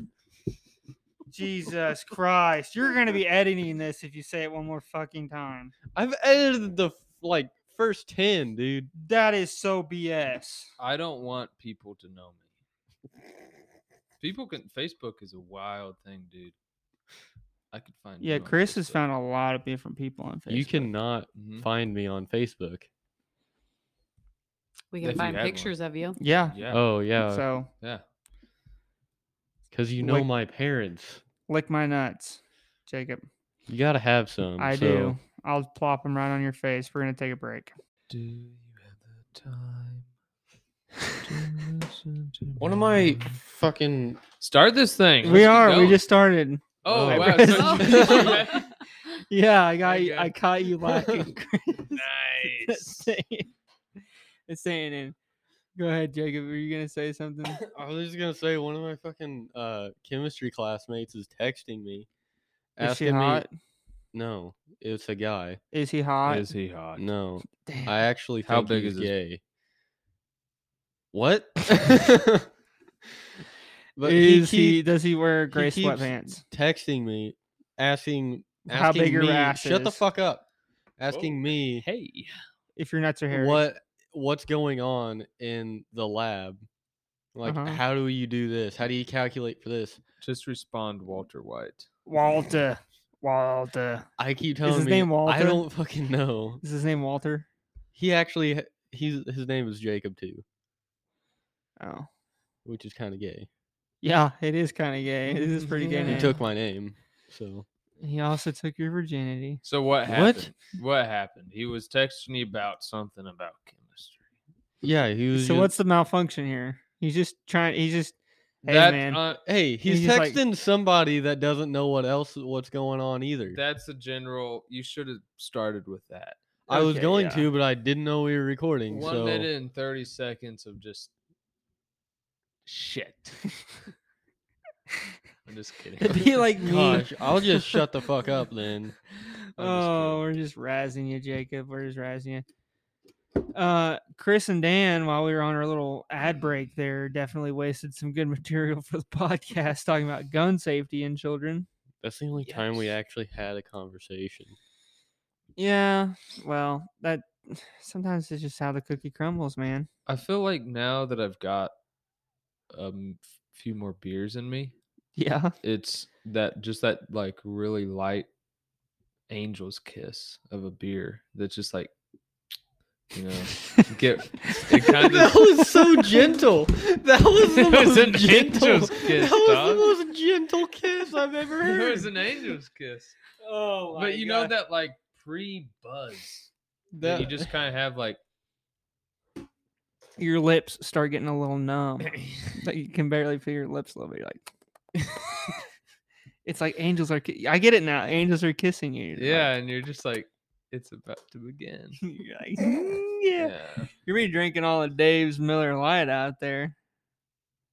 Speaker 1: Jesus Christ! You're gonna be editing this if you say it one more fucking time.
Speaker 4: I've edited the like first ten, dude.
Speaker 1: That is so BS.
Speaker 2: I don't want people to know me. People can Facebook is a wild thing, dude. I could find
Speaker 1: Yeah,
Speaker 2: you on
Speaker 1: Chris has
Speaker 2: Facebook.
Speaker 1: found a lot of different people on Facebook.
Speaker 4: You cannot
Speaker 1: Hmm?
Speaker 2: Mhm.
Speaker 4: find me on Facebook.
Speaker 3: We
Speaker 2: If
Speaker 3: can
Speaker 2: you
Speaker 3: find
Speaker 2: had one.
Speaker 3: pictures of you.
Speaker 1: Yeah.
Speaker 2: Yeah.
Speaker 4: Oh yeah,
Speaker 1: So
Speaker 2: Yeah.
Speaker 4: because you know
Speaker 1: like-
Speaker 4: my parents.
Speaker 1: lick my nuts, Jacob.
Speaker 4: You gotta have some.
Speaker 1: I
Speaker 4: Um, so-
Speaker 1: do. I'll plop them right on your face. We're gonna take a break.
Speaker 2: Do you have the time? to listen to
Speaker 4: One of
Speaker 2: me?
Speaker 4: my fucking
Speaker 2: Start this thing.
Speaker 1: We
Speaker 2: Let's keep
Speaker 1: are. We
Speaker 2: going.
Speaker 1: just started.
Speaker 2: Oh,
Speaker 4: Oh.
Speaker 2: wow. so you-
Speaker 4: Oh.
Speaker 2: you had-
Speaker 1: Yeah, I got.
Speaker 2: Very
Speaker 1: you- I
Speaker 2: good.
Speaker 1: caught you laughing. Chris.
Speaker 2: nice.
Speaker 1: It's saying in. Go ahead, Jacob. Were you gonna say something?
Speaker 4: I was just gonna say one of my fucking uh, chemistry classmates is texting me,
Speaker 1: Is she
Speaker 4: asking
Speaker 1: hot?
Speaker 4: me. No, it's a guy.
Speaker 1: Is he hot?
Speaker 2: Is he hot?
Speaker 4: No,
Speaker 1: Damn.
Speaker 4: I actually
Speaker 2: How
Speaker 4: think
Speaker 2: big
Speaker 4: he's
Speaker 2: is his-
Speaker 4: gay. What? but he
Speaker 1: is he,
Speaker 4: keep-
Speaker 1: Does he wear gray
Speaker 4: keeps
Speaker 1: sweatpants?
Speaker 4: texting me, asking, asking
Speaker 1: How big
Speaker 4: me,
Speaker 1: your ass
Speaker 4: Shut the
Speaker 1: is.
Speaker 4: fuck up. Asking me
Speaker 2: Hey.
Speaker 1: If your nuts are hairy.
Speaker 4: what what's going on in the lab. Like,
Speaker 1: Uh-huh.
Speaker 4: how do you do this? How do you calculate for this?
Speaker 2: Just respond, Walter White.
Speaker 1: Walter. Walter.
Speaker 4: I keep telling
Speaker 1: his
Speaker 4: me,
Speaker 1: name
Speaker 4: I
Speaker 1: Walter?
Speaker 4: don't fucking know.
Speaker 1: Is his name Walter?
Speaker 4: He actually h- he's his name is Jacob too,
Speaker 1: Oh.
Speaker 4: which is kind of gay.
Speaker 1: Yeah, it is kind of gay. It is pretty gay.
Speaker 2: Yeah.
Speaker 4: He
Speaker 1: name.
Speaker 4: took my name, so
Speaker 1: He also took your virginity.
Speaker 2: So what
Speaker 4: What?
Speaker 2: happened? What, happened? He was texting me about something about chemistry.
Speaker 4: yeah, he was.
Speaker 1: So
Speaker 4: just-
Speaker 1: what's the malfunction here? He's just trying. He's just. Hey
Speaker 2: That,
Speaker 1: man.
Speaker 2: uh,
Speaker 4: Hey, he's,
Speaker 1: he's like-
Speaker 4: texting somebody that doesn't know what else what's going on either.
Speaker 2: that's a general. You should have started with that.
Speaker 4: I was
Speaker 1: okay,
Speaker 4: going
Speaker 1: yeah.
Speaker 4: to, but I didn't know we were recording.
Speaker 2: One
Speaker 4: so
Speaker 2: minute and thirty seconds of just shit. I'm just
Speaker 1: It'd
Speaker 2: kidding.
Speaker 1: be like me.
Speaker 4: gosh, I'll just shut the fuck up then.
Speaker 1: Oh, we're just razzing you, Jacob. We're just razzing you. Uh, Chris and Dan, while we were on our little ad break, there definitely wasted some good material for the podcast talking about gun safety in children.
Speaker 4: That's the only time we
Speaker 2: Yes.
Speaker 4: actually had a conversation.
Speaker 1: Yeah, well, that sometimes it's just how the cookie crumbles, man.
Speaker 2: I feel like now that I've got a m- few more beers in me,
Speaker 1: Yeah,
Speaker 2: it's that just that like really light angel's kiss of a beer that's just like you know get it kind of
Speaker 4: that was so gentle. That was the
Speaker 2: It
Speaker 4: most
Speaker 2: was an
Speaker 4: gentle.
Speaker 2: angel's kiss,
Speaker 4: that was
Speaker 2: dog.
Speaker 4: the most gentle kiss I've ever heard.
Speaker 2: it was an angel's kiss
Speaker 4: oh,
Speaker 2: but you know that like pre-buzz that you just kind of have like
Speaker 1: your lips start getting a little numb. that you can barely feel your lips a little bit. Like, it's like angels are. Ki- I get it now. Angels are kissing you. You're like,
Speaker 2: yeah and you're just like it's about to begin
Speaker 1: You're like, "Mm, yeah.
Speaker 2: yeah
Speaker 1: You're be drinking all of Dave's Miller Lite out there.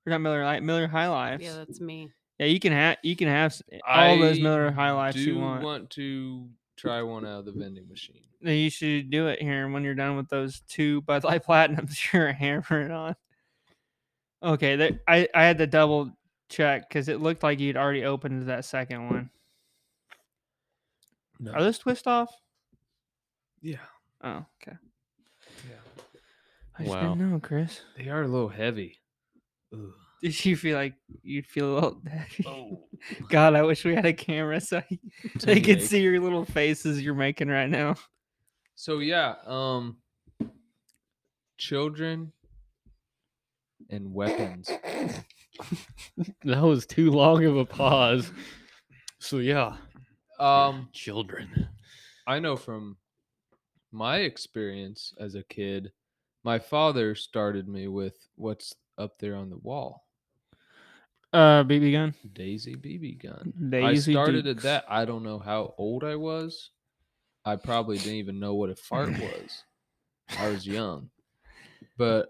Speaker 1: Or not Miller Lite, Miller High Life.
Speaker 3: Yeah,
Speaker 1: Yeah,
Speaker 3: that's me.
Speaker 1: you can have you can have s- all those
Speaker 2: I
Speaker 1: Miller High Lifes
Speaker 2: do
Speaker 1: you want.
Speaker 2: to try one out of the vending machine
Speaker 1: Then You should do it here when you're done with those two Bud Light Platinums you're hammering on. Okay, there, I I had to double check because it looked like you'd already opened that second one.
Speaker 2: No.
Speaker 1: Are those twist off?
Speaker 2: yeah.
Speaker 1: Oh, okay.
Speaker 2: Yeah.
Speaker 1: I just
Speaker 4: Wow.
Speaker 1: didn't know, Chris.
Speaker 2: They are a little heavy. Ugh.
Speaker 1: Did you feel like you'd feel a little?
Speaker 5: Oh,
Speaker 1: God, I wish we had a camera so I- they could
Speaker 2: make.
Speaker 1: see your little faces you're making right now.
Speaker 2: So yeah, um children and weapons.
Speaker 4: That was too long of a pause. So yeah,
Speaker 2: Um
Speaker 4: children.
Speaker 2: I know from my experience as a kid, my father started me with what's up there on the wall,
Speaker 1: Uh, BB gun.
Speaker 2: Daisy BB gun. I started at that. I don't know how old I was. I probably didn't even know what a fart was. I was young. But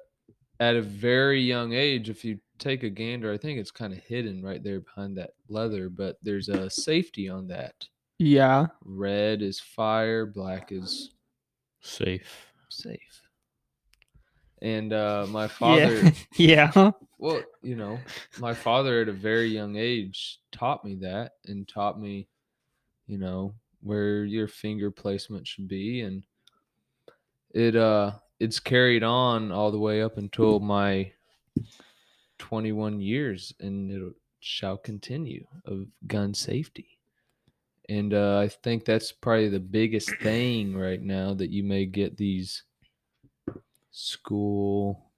Speaker 2: at a very young age, if you take a gander, I think it's kind of hidden right there behind that leather, but there's a safety on that.
Speaker 1: Yeah.
Speaker 2: Red is fire, black is
Speaker 4: Safe.
Speaker 2: safe. And uh, my father,
Speaker 1: Yeah. yeah.
Speaker 2: well, you know, my father at a very young age taught me that and taught me, you know, where your finger placement should be, and it uh, it's carried on all the way up until my twenty-one years, and it shall continue of gun safety. And uh, I think that's probably the biggest thing right now that you may get these school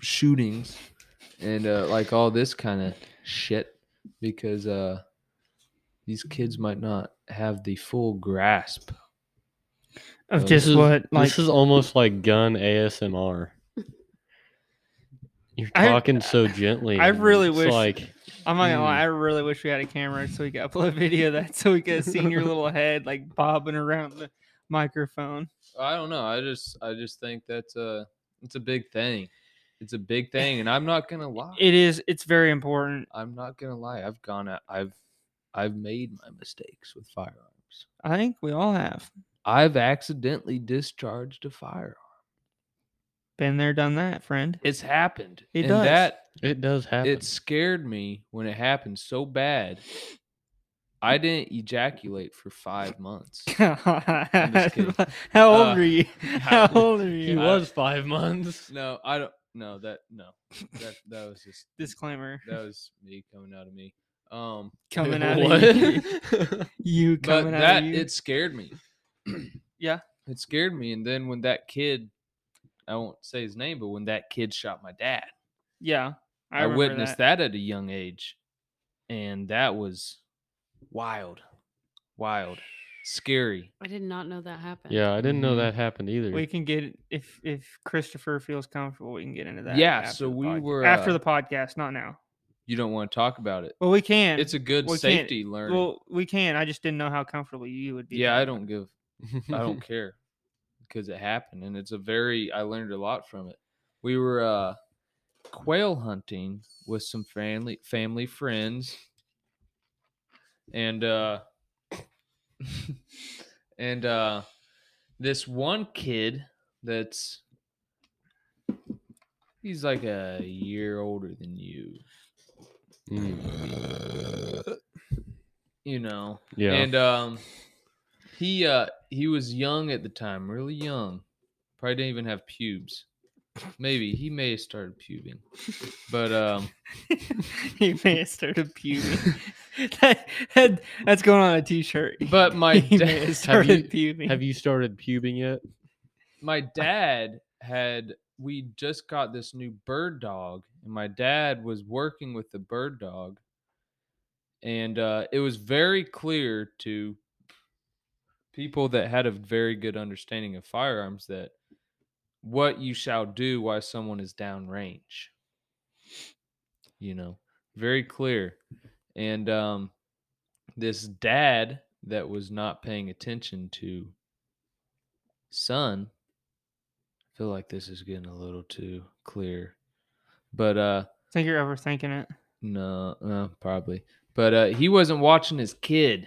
Speaker 2: shootings and uh, like all this kind of shit because uh, these kids might not have the full grasp.
Speaker 1: Of
Speaker 2: Uh,
Speaker 1: just
Speaker 4: This is-
Speaker 1: what like
Speaker 4: this is almost like gun ASMR. You're
Speaker 1: I-
Speaker 4: talking so gently.
Speaker 1: I really
Speaker 4: It's
Speaker 1: wish-
Speaker 4: like
Speaker 1: I'm not gonna lie,
Speaker 4: Mm.
Speaker 1: I really wish we had a camera so we could upload a video of that so we could have seen your little head like bobbing around the microphone.
Speaker 2: I don't know. I just I just think that's a it's a big thing. It's a big thing, and I'm not gonna lie.
Speaker 1: It is it's very important.
Speaker 2: I'm not gonna lie. I've gone. Out, I've I've made my mistakes with firearms.
Speaker 1: I think we all have.
Speaker 2: I've accidentally discharged a firearm.
Speaker 1: Been there, done that, friend.
Speaker 2: It's happened.
Speaker 1: It
Speaker 2: and
Speaker 1: does.
Speaker 2: That
Speaker 4: it does happen.
Speaker 2: It scared me when it happened so bad. I didn't ejaculate for five months. kidding.
Speaker 1: How
Speaker 2: Uh,
Speaker 1: old are you? How old are
Speaker 4: he
Speaker 1: you?
Speaker 4: was five months.
Speaker 2: No, I don't. No, that no, that that was just
Speaker 1: Disclaimer
Speaker 2: that was me coming out of me. Um,
Speaker 1: coming out
Speaker 4: What?
Speaker 1: of E you. You
Speaker 2: but
Speaker 1: coming out
Speaker 2: that
Speaker 1: of you.
Speaker 2: it scared me.
Speaker 1: Yeah.
Speaker 2: it scared me. And then when that kid, I won't say his name, but when that kid shot my dad,
Speaker 1: yeah. I,
Speaker 2: I,
Speaker 1: remember
Speaker 2: witnessed that. at a young age, and that was wild, wild, scary.
Speaker 3: I did not know that happened.
Speaker 4: yeah, I didn't know
Speaker 2: Mhm.
Speaker 4: that happened either.
Speaker 1: Mm-hmm. We can get if if Christopher feels comfortable, we can get into that.
Speaker 2: Yeah,
Speaker 1: after
Speaker 2: so
Speaker 1: the
Speaker 2: we
Speaker 1: podca-
Speaker 2: were,
Speaker 1: after
Speaker 2: uh,
Speaker 1: the podcast, not now.
Speaker 2: You don't want to talk about it.
Speaker 1: Well, we can.
Speaker 2: It's a good
Speaker 1: well, we can't-
Speaker 2: safety learning.
Speaker 1: well, we can. I just didn't know how comfortable you would be.
Speaker 2: yeah, I
Speaker 1: doing
Speaker 2: don't give. I don't care because it happened, and it's a very. I learned a lot from it. We were uh, quail hunting with some family family friends, and uh, and uh, this one kid that's he's like a year older than you.
Speaker 4: Mm,
Speaker 2: You know,
Speaker 4: yeah.
Speaker 2: And um, he uh he was young at the time, really young. Probably didn't even have pubes. Maybe he may have started pubing, but um,
Speaker 1: it. he may have started pubing. that, that- that's going on a t-shirt.
Speaker 2: but my
Speaker 1: he may
Speaker 2: dad,
Speaker 1: have started pubing.
Speaker 4: have you started pubing yet?
Speaker 2: my dad had we just got this new bird dog, and my dad was working with the bird dog, and uh, it was very clear to people that had a very good understanding of firearms that what you shall do while someone is downrange. You know, very clear. And um, this dad that was not paying attention to son, I feel like this is getting a little too clear. But uh,
Speaker 1: I think you're overthinking it.
Speaker 2: no, no, probably. But uh, he wasn't watching his kid.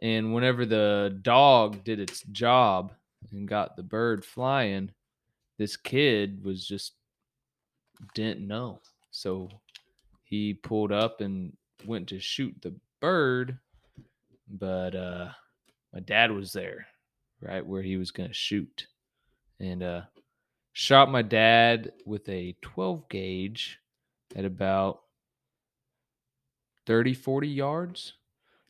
Speaker 2: And whenever the dog did its job and got the bird flying, this kid was just didn't know. So he pulled up and went to shoot the bird. but uh my dad was there right where he was gonna shoot and uh shot my dad with a 12 gauge at about 30 40 yards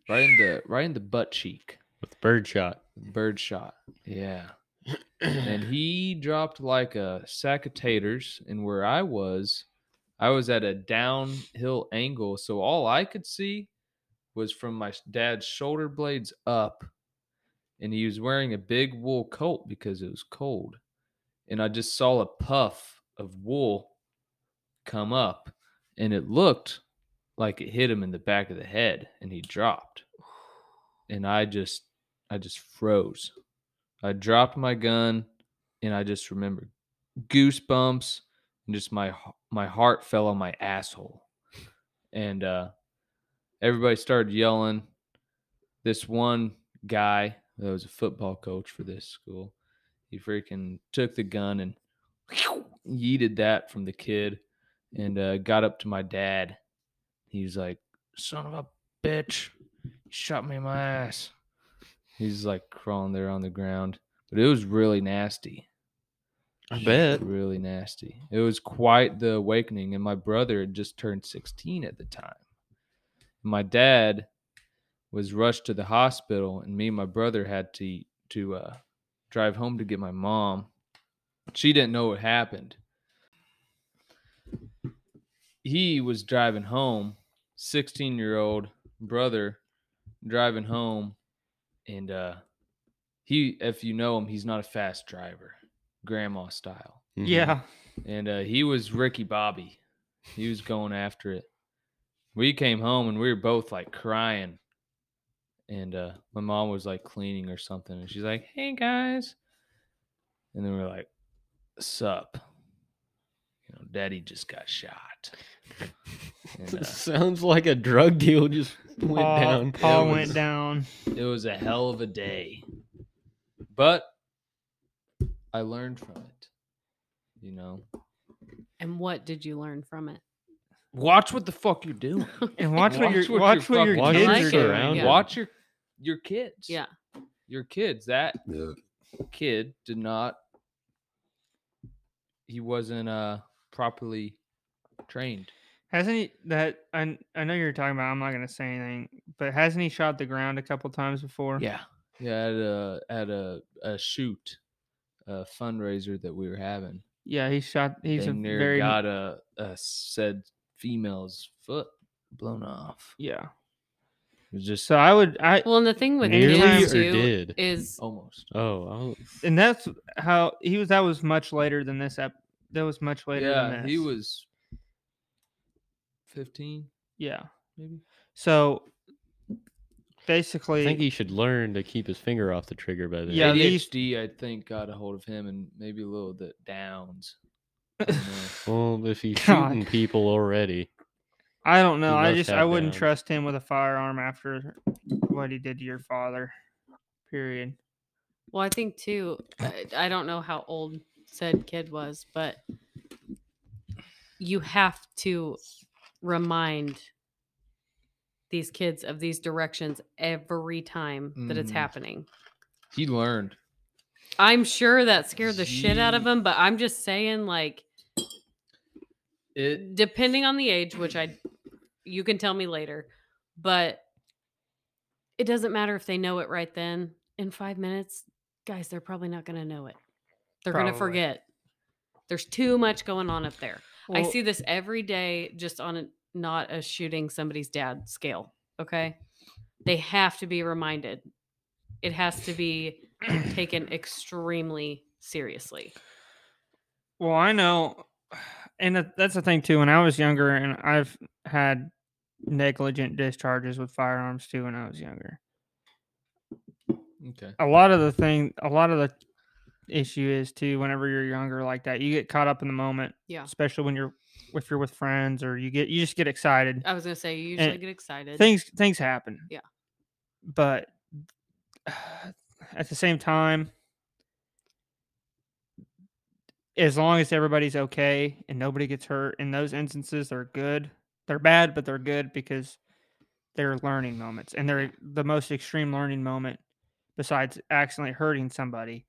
Speaker 2: right in the right in the butt cheek
Speaker 4: with bird shot.
Speaker 2: bird shot yeah and he dropped like a sack of taters. And where I was, I was at a downhill angle, so all I could see was from my s- dad's shoulder blades up. And he was wearing a big wool coat because it was cold. And I just saw a puff of wool come up, and it looked like it hit him in the back of the head, and he dropped. And I just, I just froze. I dropped my gun and I just remember goosebumps and just my h- my heart fell on my asshole. And uh everybody started yelling. This one guy that was a football coach for this school, he freaking took the gun and yeeted that from the kid and uh, got up to my dad. He was like, son of a bitch, you shot me in my ass. He's like crawling there on the ground. But it was really nasty.
Speaker 4: I
Speaker 2: It was
Speaker 4: bet.
Speaker 2: Really nasty. It was quite the awakening. And my brother had just turned 16 at the time. My dad was rushed to the hospital, and me and my brother had to to uh, drive home to get my mom. She didn't know what happened. He was driving home, 16 year old brother driving home, and uh, he, if you know him, he's not a fast driver, grandma style
Speaker 4: Mhm.
Speaker 1: Yeah.
Speaker 2: and uh, he was Ricky Bobby. He was going after it. We came home and we were both like crying, and uh, my mom was like cleaning or something, and she's like, "Hey guys," and then we are like, "Sup?" You know, Daddy just got shot.
Speaker 4: Mm-hmm.
Speaker 2: And, uh,
Speaker 4: Sounds like a drug deal just went
Speaker 1: Paul,
Speaker 4: down.
Speaker 1: Paul
Speaker 4: That
Speaker 1: went
Speaker 4: was-
Speaker 1: down.
Speaker 2: it was a hell of a day, but I learned from it. You know,
Speaker 3: And what did you learn from it?
Speaker 2: watch what the fuck you're doing.
Speaker 1: And watch, what your
Speaker 2: what
Speaker 1: watch
Speaker 2: your
Speaker 1: what your
Speaker 4: fucking-
Speaker 1: kids
Speaker 3: Like
Speaker 1: are
Speaker 3: it,
Speaker 1: doing.
Speaker 3: yeah.
Speaker 2: Watch your your kids.
Speaker 3: Yeah.
Speaker 2: Your kids. That
Speaker 5: Yeah.
Speaker 2: kid did not he wasn't uh properly trained.
Speaker 1: Hasn't he that I I know you're talking about I'm not gonna say anything, but hasn't he shot the ground a couple times before?
Speaker 2: Yeah. Yeah, at a at a, a shoot, a fundraiser that we were having.
Speaker 1: Yeah, he shot he's
Speaker 2: they
Speaker 1: a
Speaker 2: near
Speaker 1: very
Speaker 2: got a, a said female's foot blown off.
Speaker 1: Yeah.
Speaker 2: It was just
Speaker 1: So I would I
Speaker 3: Well, and the thing with
Speaker 1: Nearly
Speaker 3: kids
Speaker 1: or
Speaker 3: too
Speaker 4: did?
Speaker 3: is
Speaker 2: almost.
Speaker 4: Oh, I'll-
Speaker 1: and that's how he was that was much later than this app that was much later
Speaker 2: yeah,
Speaker 1: than this.
Speaker 2: he was fifteen,
Speaker 1: Yeah.
Speaker 2: maybe.
Speaker 1: So
Speaker 4: I
Speaker 1: basically
Speaker 4: think he should learn to keep his finger off the trigger by then.
Speaker 1: Yeah, these-
Speaker 2: ADHD, I think, got a hold of him, and maybe a little bit downs. I don't know.
Speaker 4: Well, if he's
Speaker 1: God.
Speaker 4: shooting people already,
Speaker 1: I don't know.
Speaker 4: He
Speaker 1: I
Speaker 4: must
Speaker 1: just
Speaker 4: have
Speaker 1: I wouldn't
Speaker 4: downs.
Speaker 1: trust him with a firearm after what he did to your father. Period.
Speaker 3: Well, I think too. I I don't know how old said kid was, but you have to remind these kids of these directions every time that it's
Speaker 2: Mhm.
Speaker 3: happening.
Speaker 2: he learned.
Speaker 3: I'm sure that scared the shit out of
Speaker 2: Ye-
Speaker 3: him, but I'm just saying, like,
Speaker 2: It
Speaker 3: depending on the age, which I you can tell me later, but it doesn't matter if they know it right then. In five minutes, guys, they're probably not going to know it. They're going to
Speaker 1: Probably.
Speaker 3: forget. There's too much going on up there. I see this every day, just on a, not a shooting somebody's dad scale. Okay, they have to be reminded. It has to be taken extremely seriously.
Speaker 1: Well, I know, and that- that's the thing too. When I was younger, and I've had negligent discharges with firearms too. When I was younger,
Speaker 2: okay.
Speaker 1: a lot of the thing, a lot of the issue is too. Whenever you're younger like that, you get caught up in the moment.
Speaker 3: Yeah.
Speaker 1: Especially when you're if you're with friends or you get you just get excited.
Speaker 3: I was gonna say you usually
Speaker 1: And
Speaker 3: get excited.
Speaker 1: Things things happen.
Speaker 3: Yeah.
Speaker 1: But at the same time. As long as everybody's okay and nobody gets hurt in those instances, they're good. they're bad, but they're good because their learning moments and their the most extreme learning moment besides accidentally hurting somebody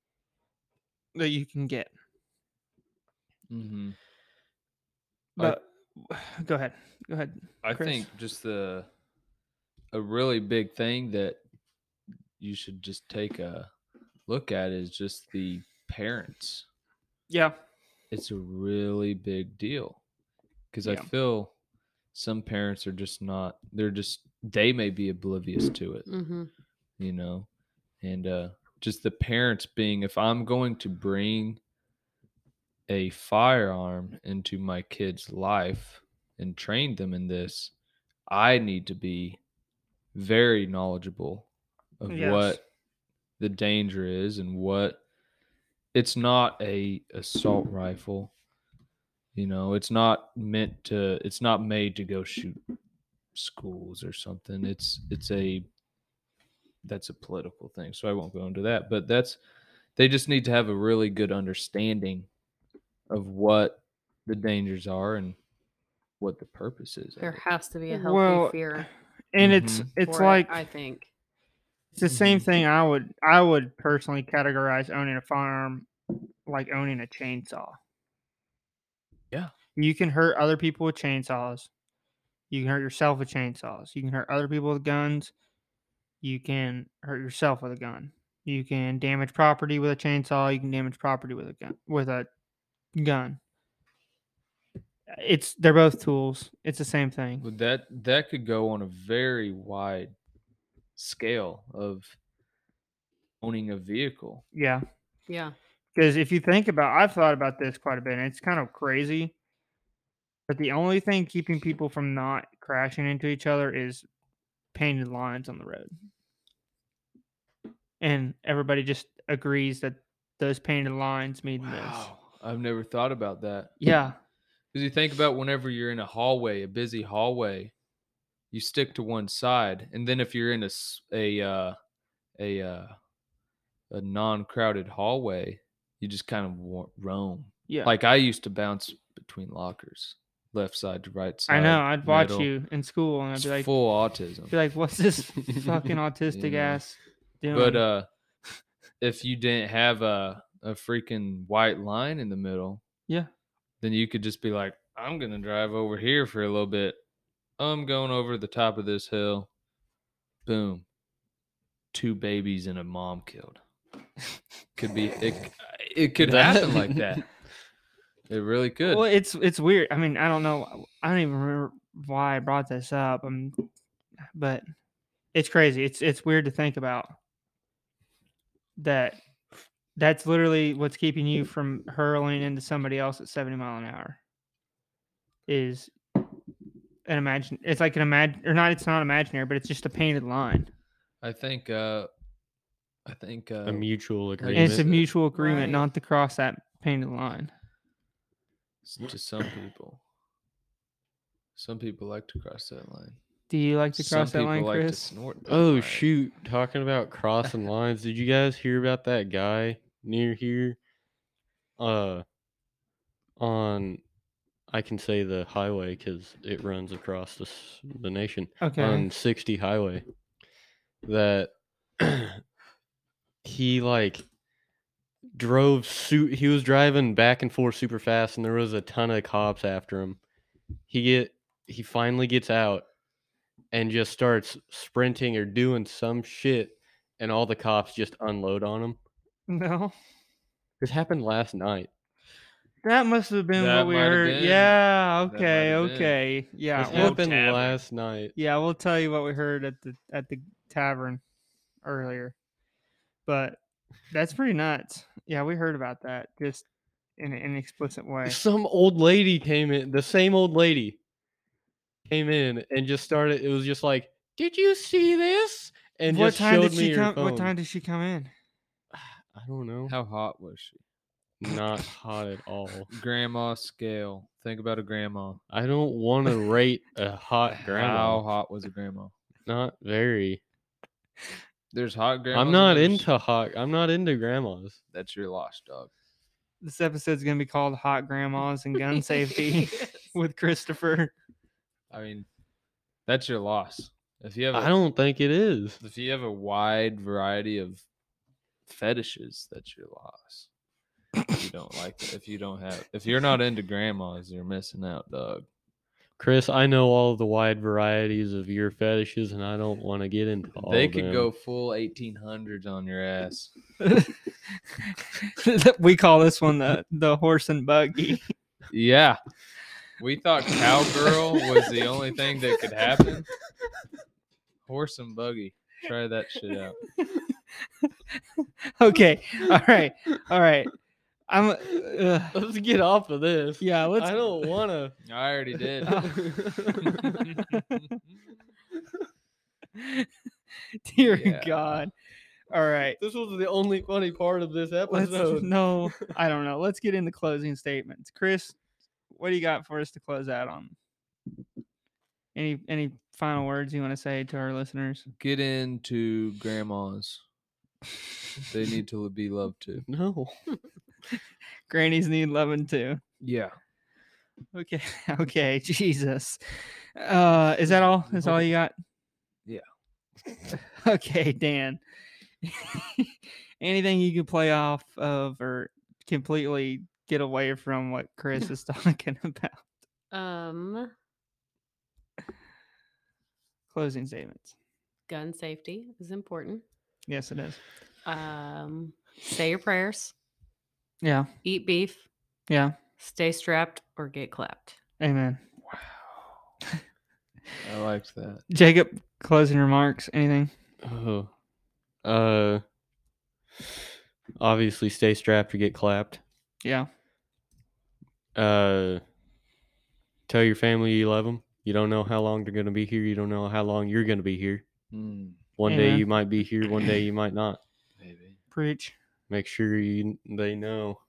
Speaker 1: that you can get.
Speaker 2: Mm-hmm. I-
Speaker 1: But go ahead. Go ahead.
Speaker 2: I
Speaker 1: Chris?
Speaker 2: think just the a really big thing that you should just take a look at is just the parents.
Speaker 1: Yeah.
Speaker 2: It's a really big deal because I
Speaker 1: Yeah.
Speaker 2: feel some parents are just not. They're just they may be oblivious to it,
Speaker 3: Mm-hmm.
Speaker 2: you know, and uh, just the parents being. If I'm going to bring a firearm into my kid's life and train them in this, I need to be very knowledgeable of
Speaker 1: Yes.
Speaker 2: what the danger is and what it's not a assault rifle. You know, it's not meant to it's not made to go shoot schools or something. It's it's a that's a political thing. So I won't go into that, but that's they just need to have a really good understanding of what the dangers are and what the purpose is. of
Speaker 3: There
Speaker 2: it.
Speaker 3: has to be a healthy fear.
Speaker 1: And it's it's
Speaker 3: for it,
Speaker 1: like
Speaker 3: I think.
Speaker 1: it's the same
Speaker 2: Mhm.
Speaker 1: thing I would I would personally categorize owning a firearm like owning a chainsaw.
Speaker 2: Yeah.
Speaker 1: You can hurt other people with chainsaws. You can hurt yourself with chainsaws. You can hurt other people with guns. You can hurt yourself with a gun. You can damage property with a chainsaw. You can damage property with a gun with a gun. It's they're both tools. It's the same thing.
Speaker 2: Well, that that could go on a very wide scale of owning a vehicle.
Speaker 1: Yeah.
Speaker 3: Yeah.
Speaker 1: Because if you think about, I've thought about this quite a bit, and it's kind of crazy. But the only thing keeping people from not crashing into each other is painted lines on the road, and everybody just agrees that those painted lines mean this.
Speaker 2: I've never thought about that.
Speaker 1: Yeah,
Speaker 2: Because you think about whenever you're in a hallway, a busy hallway, you stick to one side, and then if you're in a s- a uh, a uh, a non-crowded hallway, you just kind of wa- roam.
Speaker 1: yeah.
Speaker 2: Like I used to bounce between lockers, left side to right side.
Speaker 1: I know, I'd watch
Speaker 2: middle.
Speaker 1: you in school, and I'd
Speaker 2: It's
Speaker 1: be like,
Speaker 2: full autism.
Speaker 1: be like, "What's this fucking autistic
Speaker 2: know.
Speaker 1: ass doing?"
Speaker 2: But uh, if you didn't have a a freaking white line in the middle,
Speaker 1: Yeah.
Speaker 2: then you could just be like, I'm gonna drive over here for a little bit. I'm going over the top of this hill. Boom. Two babies and a mom killed. Could be it. c- It could
Speaker 4: That-
Speaker 2: happen like that. It really could.
Speaker 1: Well, it's it's weird. I mean, I don't know. I don't even remember why I brought this up. Um, but it's crazy. It's it's weird to think about that. That's literally what's keeping you from hurling into somebody else at seventy mile an hour. Is an imagine? It's like an imagine, or not? It's not imaginary, but it's just a painted line,
Speaker 2: I think. uh I think. Uh,
Speaker 4: a mutual
Speaker 2: And
Speaker 1: and
Speaker 4: agreement.
Speaker 1: it's a mutual agreement,
Speaker 3: Right.
Speaker 1: not to cross that painted line.
Speaker 2: s- to some people. Some people like to cross that line.
Speaker 1: Do you like to cross
Speaker 2: some
Speaker 1: that line,
Speaker 2: people like to
Speaker 1: Chris?
Speaker 2: snort. that
Speaker 4: oh
Speaker 2: line.
Speaker 4: shoot! Talking about crossing lines, did you guys hear about that guy near here? Uh, on I can say the highway because it runs across the s- the nation.
Speaker 1: Okay.
Speaker 2: um,
Speaker 4: on 60 highway that he like drove suit he was driving back and forth super fast and there was a ton of cops after him he get he finally gets out and just starts sprinting or doing some shit and all the cops just unload on him
Speaker 1: no.
Speaker 4: this happened last night
Speaker 1: That must have been
Speaker 2: That
Speaker 1: what we
Speaker 2: might have
Speaker 1: heard.
Speaker 2: been.
Speaker 1: Yeah.
Speaker 2: That might
Speaker 1: Okay.
Speaker 2: have been.
Speaker 1: Okay. Yeah.
Speaker 4: this
Speaker 2: Old
Speaker 1: We'll,
Speaker 4: happened
Speaker 2: tavern.
Speaker 4: last night
Speaker 1: yeah. We'll tell you what we heard at the at the tavern earlier, but that's pretty nuts. Yeah, we heard about that just in an explicit way.
Speaker 4: some old lady came in the same old lady came in and just started it was just like did you see this and
Speaker 1: what
Speaker 4: just
Speaker 1: time
Speaker 4: showed
Speaker 1: did
Speaker 4: me
Speaker 1: she
Speaker 4: her
Speaker 1: come? What
Speaker 4: phone.
Speaker 1: time did she come in?
Speaker 4: i don't know
Speaker 2: How hot was she?
Speaker 4: not hot at all
Speaker 2: Grandma scale. Think about a grandma.
Speaker 4: i don't want to rate a hot
Speaker 2: How
Speaker 4: grandma
Speaker 2: hot was a grandma?
Speaker 4: not very
Speaker 2: There's hot grandmas.
Speaker 4: i'm
Speaker 2: and
Speaker 4: not
Speaker 2: there's-
Speaker 4: into hot i'm not into grandmas
Speaker 2: That's your lost dog.
Speaker 1: This episode's gonna be called "Hot Grandmas and Gun Safety" with Christopher.
Speaker 2: I mean, that's your loss. If you have,
Speaker 4: I
Speaker 2: a-
Speaker 4: don't think it is.
Speaker 2: if you have a wide variety of fetishes, that's your loss. If you don't like, that- if you don't have, if you're not into grandmas, you're missing out, dog.
Speaker 4: Chris, I know all the wide varieties of your fetishes, and I don't want to get into all
Speaker 2: they
Speaker 4: of
Speaker 2: could
Speaker 4: them.
Speaker 2: go full 1800s on your ass.
Speaker 1: we call this one the the horse and buggy.
Speaker 2: Yeah. We thought cowgirl was the only thing that could happen. Horse and buggy. Try that shit out.
Speaker 1: Okay, all right, all right. I'm. Uh,
Speaker 4: Let's get off of this.
Speaker 1: yeah, let's.
Speaker 4: I don't want to.
Speaker 2: I already did.
Speaker 4: Oh.
Speaker 1: Dear
Speaker 2: Yeah.
Speaker 1: God. All right.
Speaker 4: This was the only funny part of this
Speaker 1: Let's uh,
Speaker 4: episode.
Speaker 1: no. I don't know. Let's get into closing statements. Chris, what do you got for us to close out on? Any any final words you want to say to our listeners?
Speaker 2: Get into grandmas. They need to be loved too.
Speaker 4: No.
Speaker 1: Grannies need loving too.
Speaker 2: Yeah.
Speaker 1: Okay. Okay. Jesus. Uh is that all? Is all you got?
Speaker 2: Yeah.
Speaker 1: okay, Dan. Anything you can play off of or completely get away from what Chris is talking about?
Speaker 3: Um,
Speaker 1: Closing statements.
Speaker 3: gun safety is important.
Speaker 1: Yes, it is.
Speaker 3: Um, say your prayers,
Speaker 1: Yeah.
Speaker 3: eat beef,
Speaker 1: Yeah.
Speaker 3: stay strapped, or get clapped.
Speaker 1: Amen.
Speaker 2: I liked that.
Speaker 1: Jacob, closing remarks. Anything?
Speaker 4: Oh. Uh. Obviously, stay strapped or get clapped.
Speaker 1: Yeah.
Speaker 4: Uh. Tell your family you love them. You don't know how long they're going to be here. You don't know how long you're going to be here.
Speaker 2: Mm,
Speaker 4: One day
Speaker 1: Amen.
Speaker 4: you might be here. One day you might not.
Speaker 2: maybe.
Speaker 1: Preach.
Speaker 4: Make sure you they know.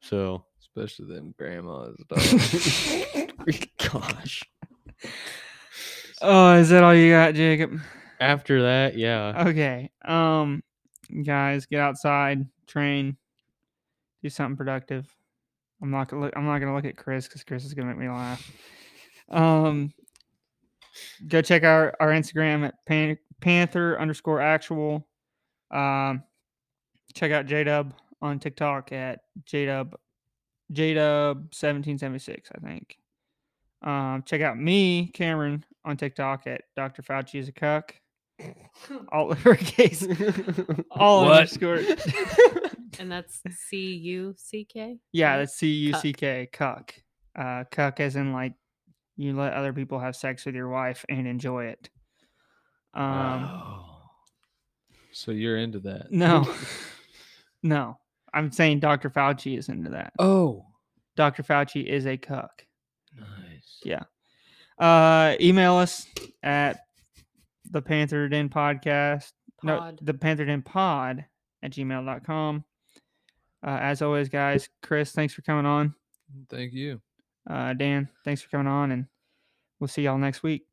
Speaker 4: So.
Speaker 2: Especially them grandmas, dog.
Speaker 4: Gosh.
Speaker 2: Um,
Speaker 1: Oh, is that all you got, Jacob?
Speaker 4: After that, yeah.
Speaker 1: Okay. Um, guys, get outside, train, do something productive. I'm not gonna look. I'm not gonna look at Chris because Chris is gonna make me laugh. Um, go check our our Instagram at pan, Panther underscore actual. Um, check out JDub on TikTok at JDub JDub seventeen seventy six. I think. Um, check out me, Cameron, on TikTok at Dr. Fauci is a cuck. All lowercase. All
Speaker 2: What?
Speaker 1: underscore.
Speaker 3: And that's C U C K.
Speaker 1: Yeah,
Speaker 3: right?
Speaker 1: that's C U C K cuck. Uh, cuck as in like you let other people have sex with your wife and enjoy it. Um,
Speaker 2: Oh. So you're into that.
Speaker 1: no, no. I'm saying Dr. Fauci is into that.
Speaker 2: Oh.
Speaker 1: Dr. Fauci is a cuck.
Speaker 2: Nice.
Speaker 1: Uh, email us at the Panther Den podcast
Speaker 3: pod.
Speaker 1: No, the Panther Den pod at gmail.com. Uh, as always, guys, Chris, thanks for coming on.
Speaker 2: Thank you.
Speaker 1: Uh, Dan, thanks for coming on, and we'll see y'all next week.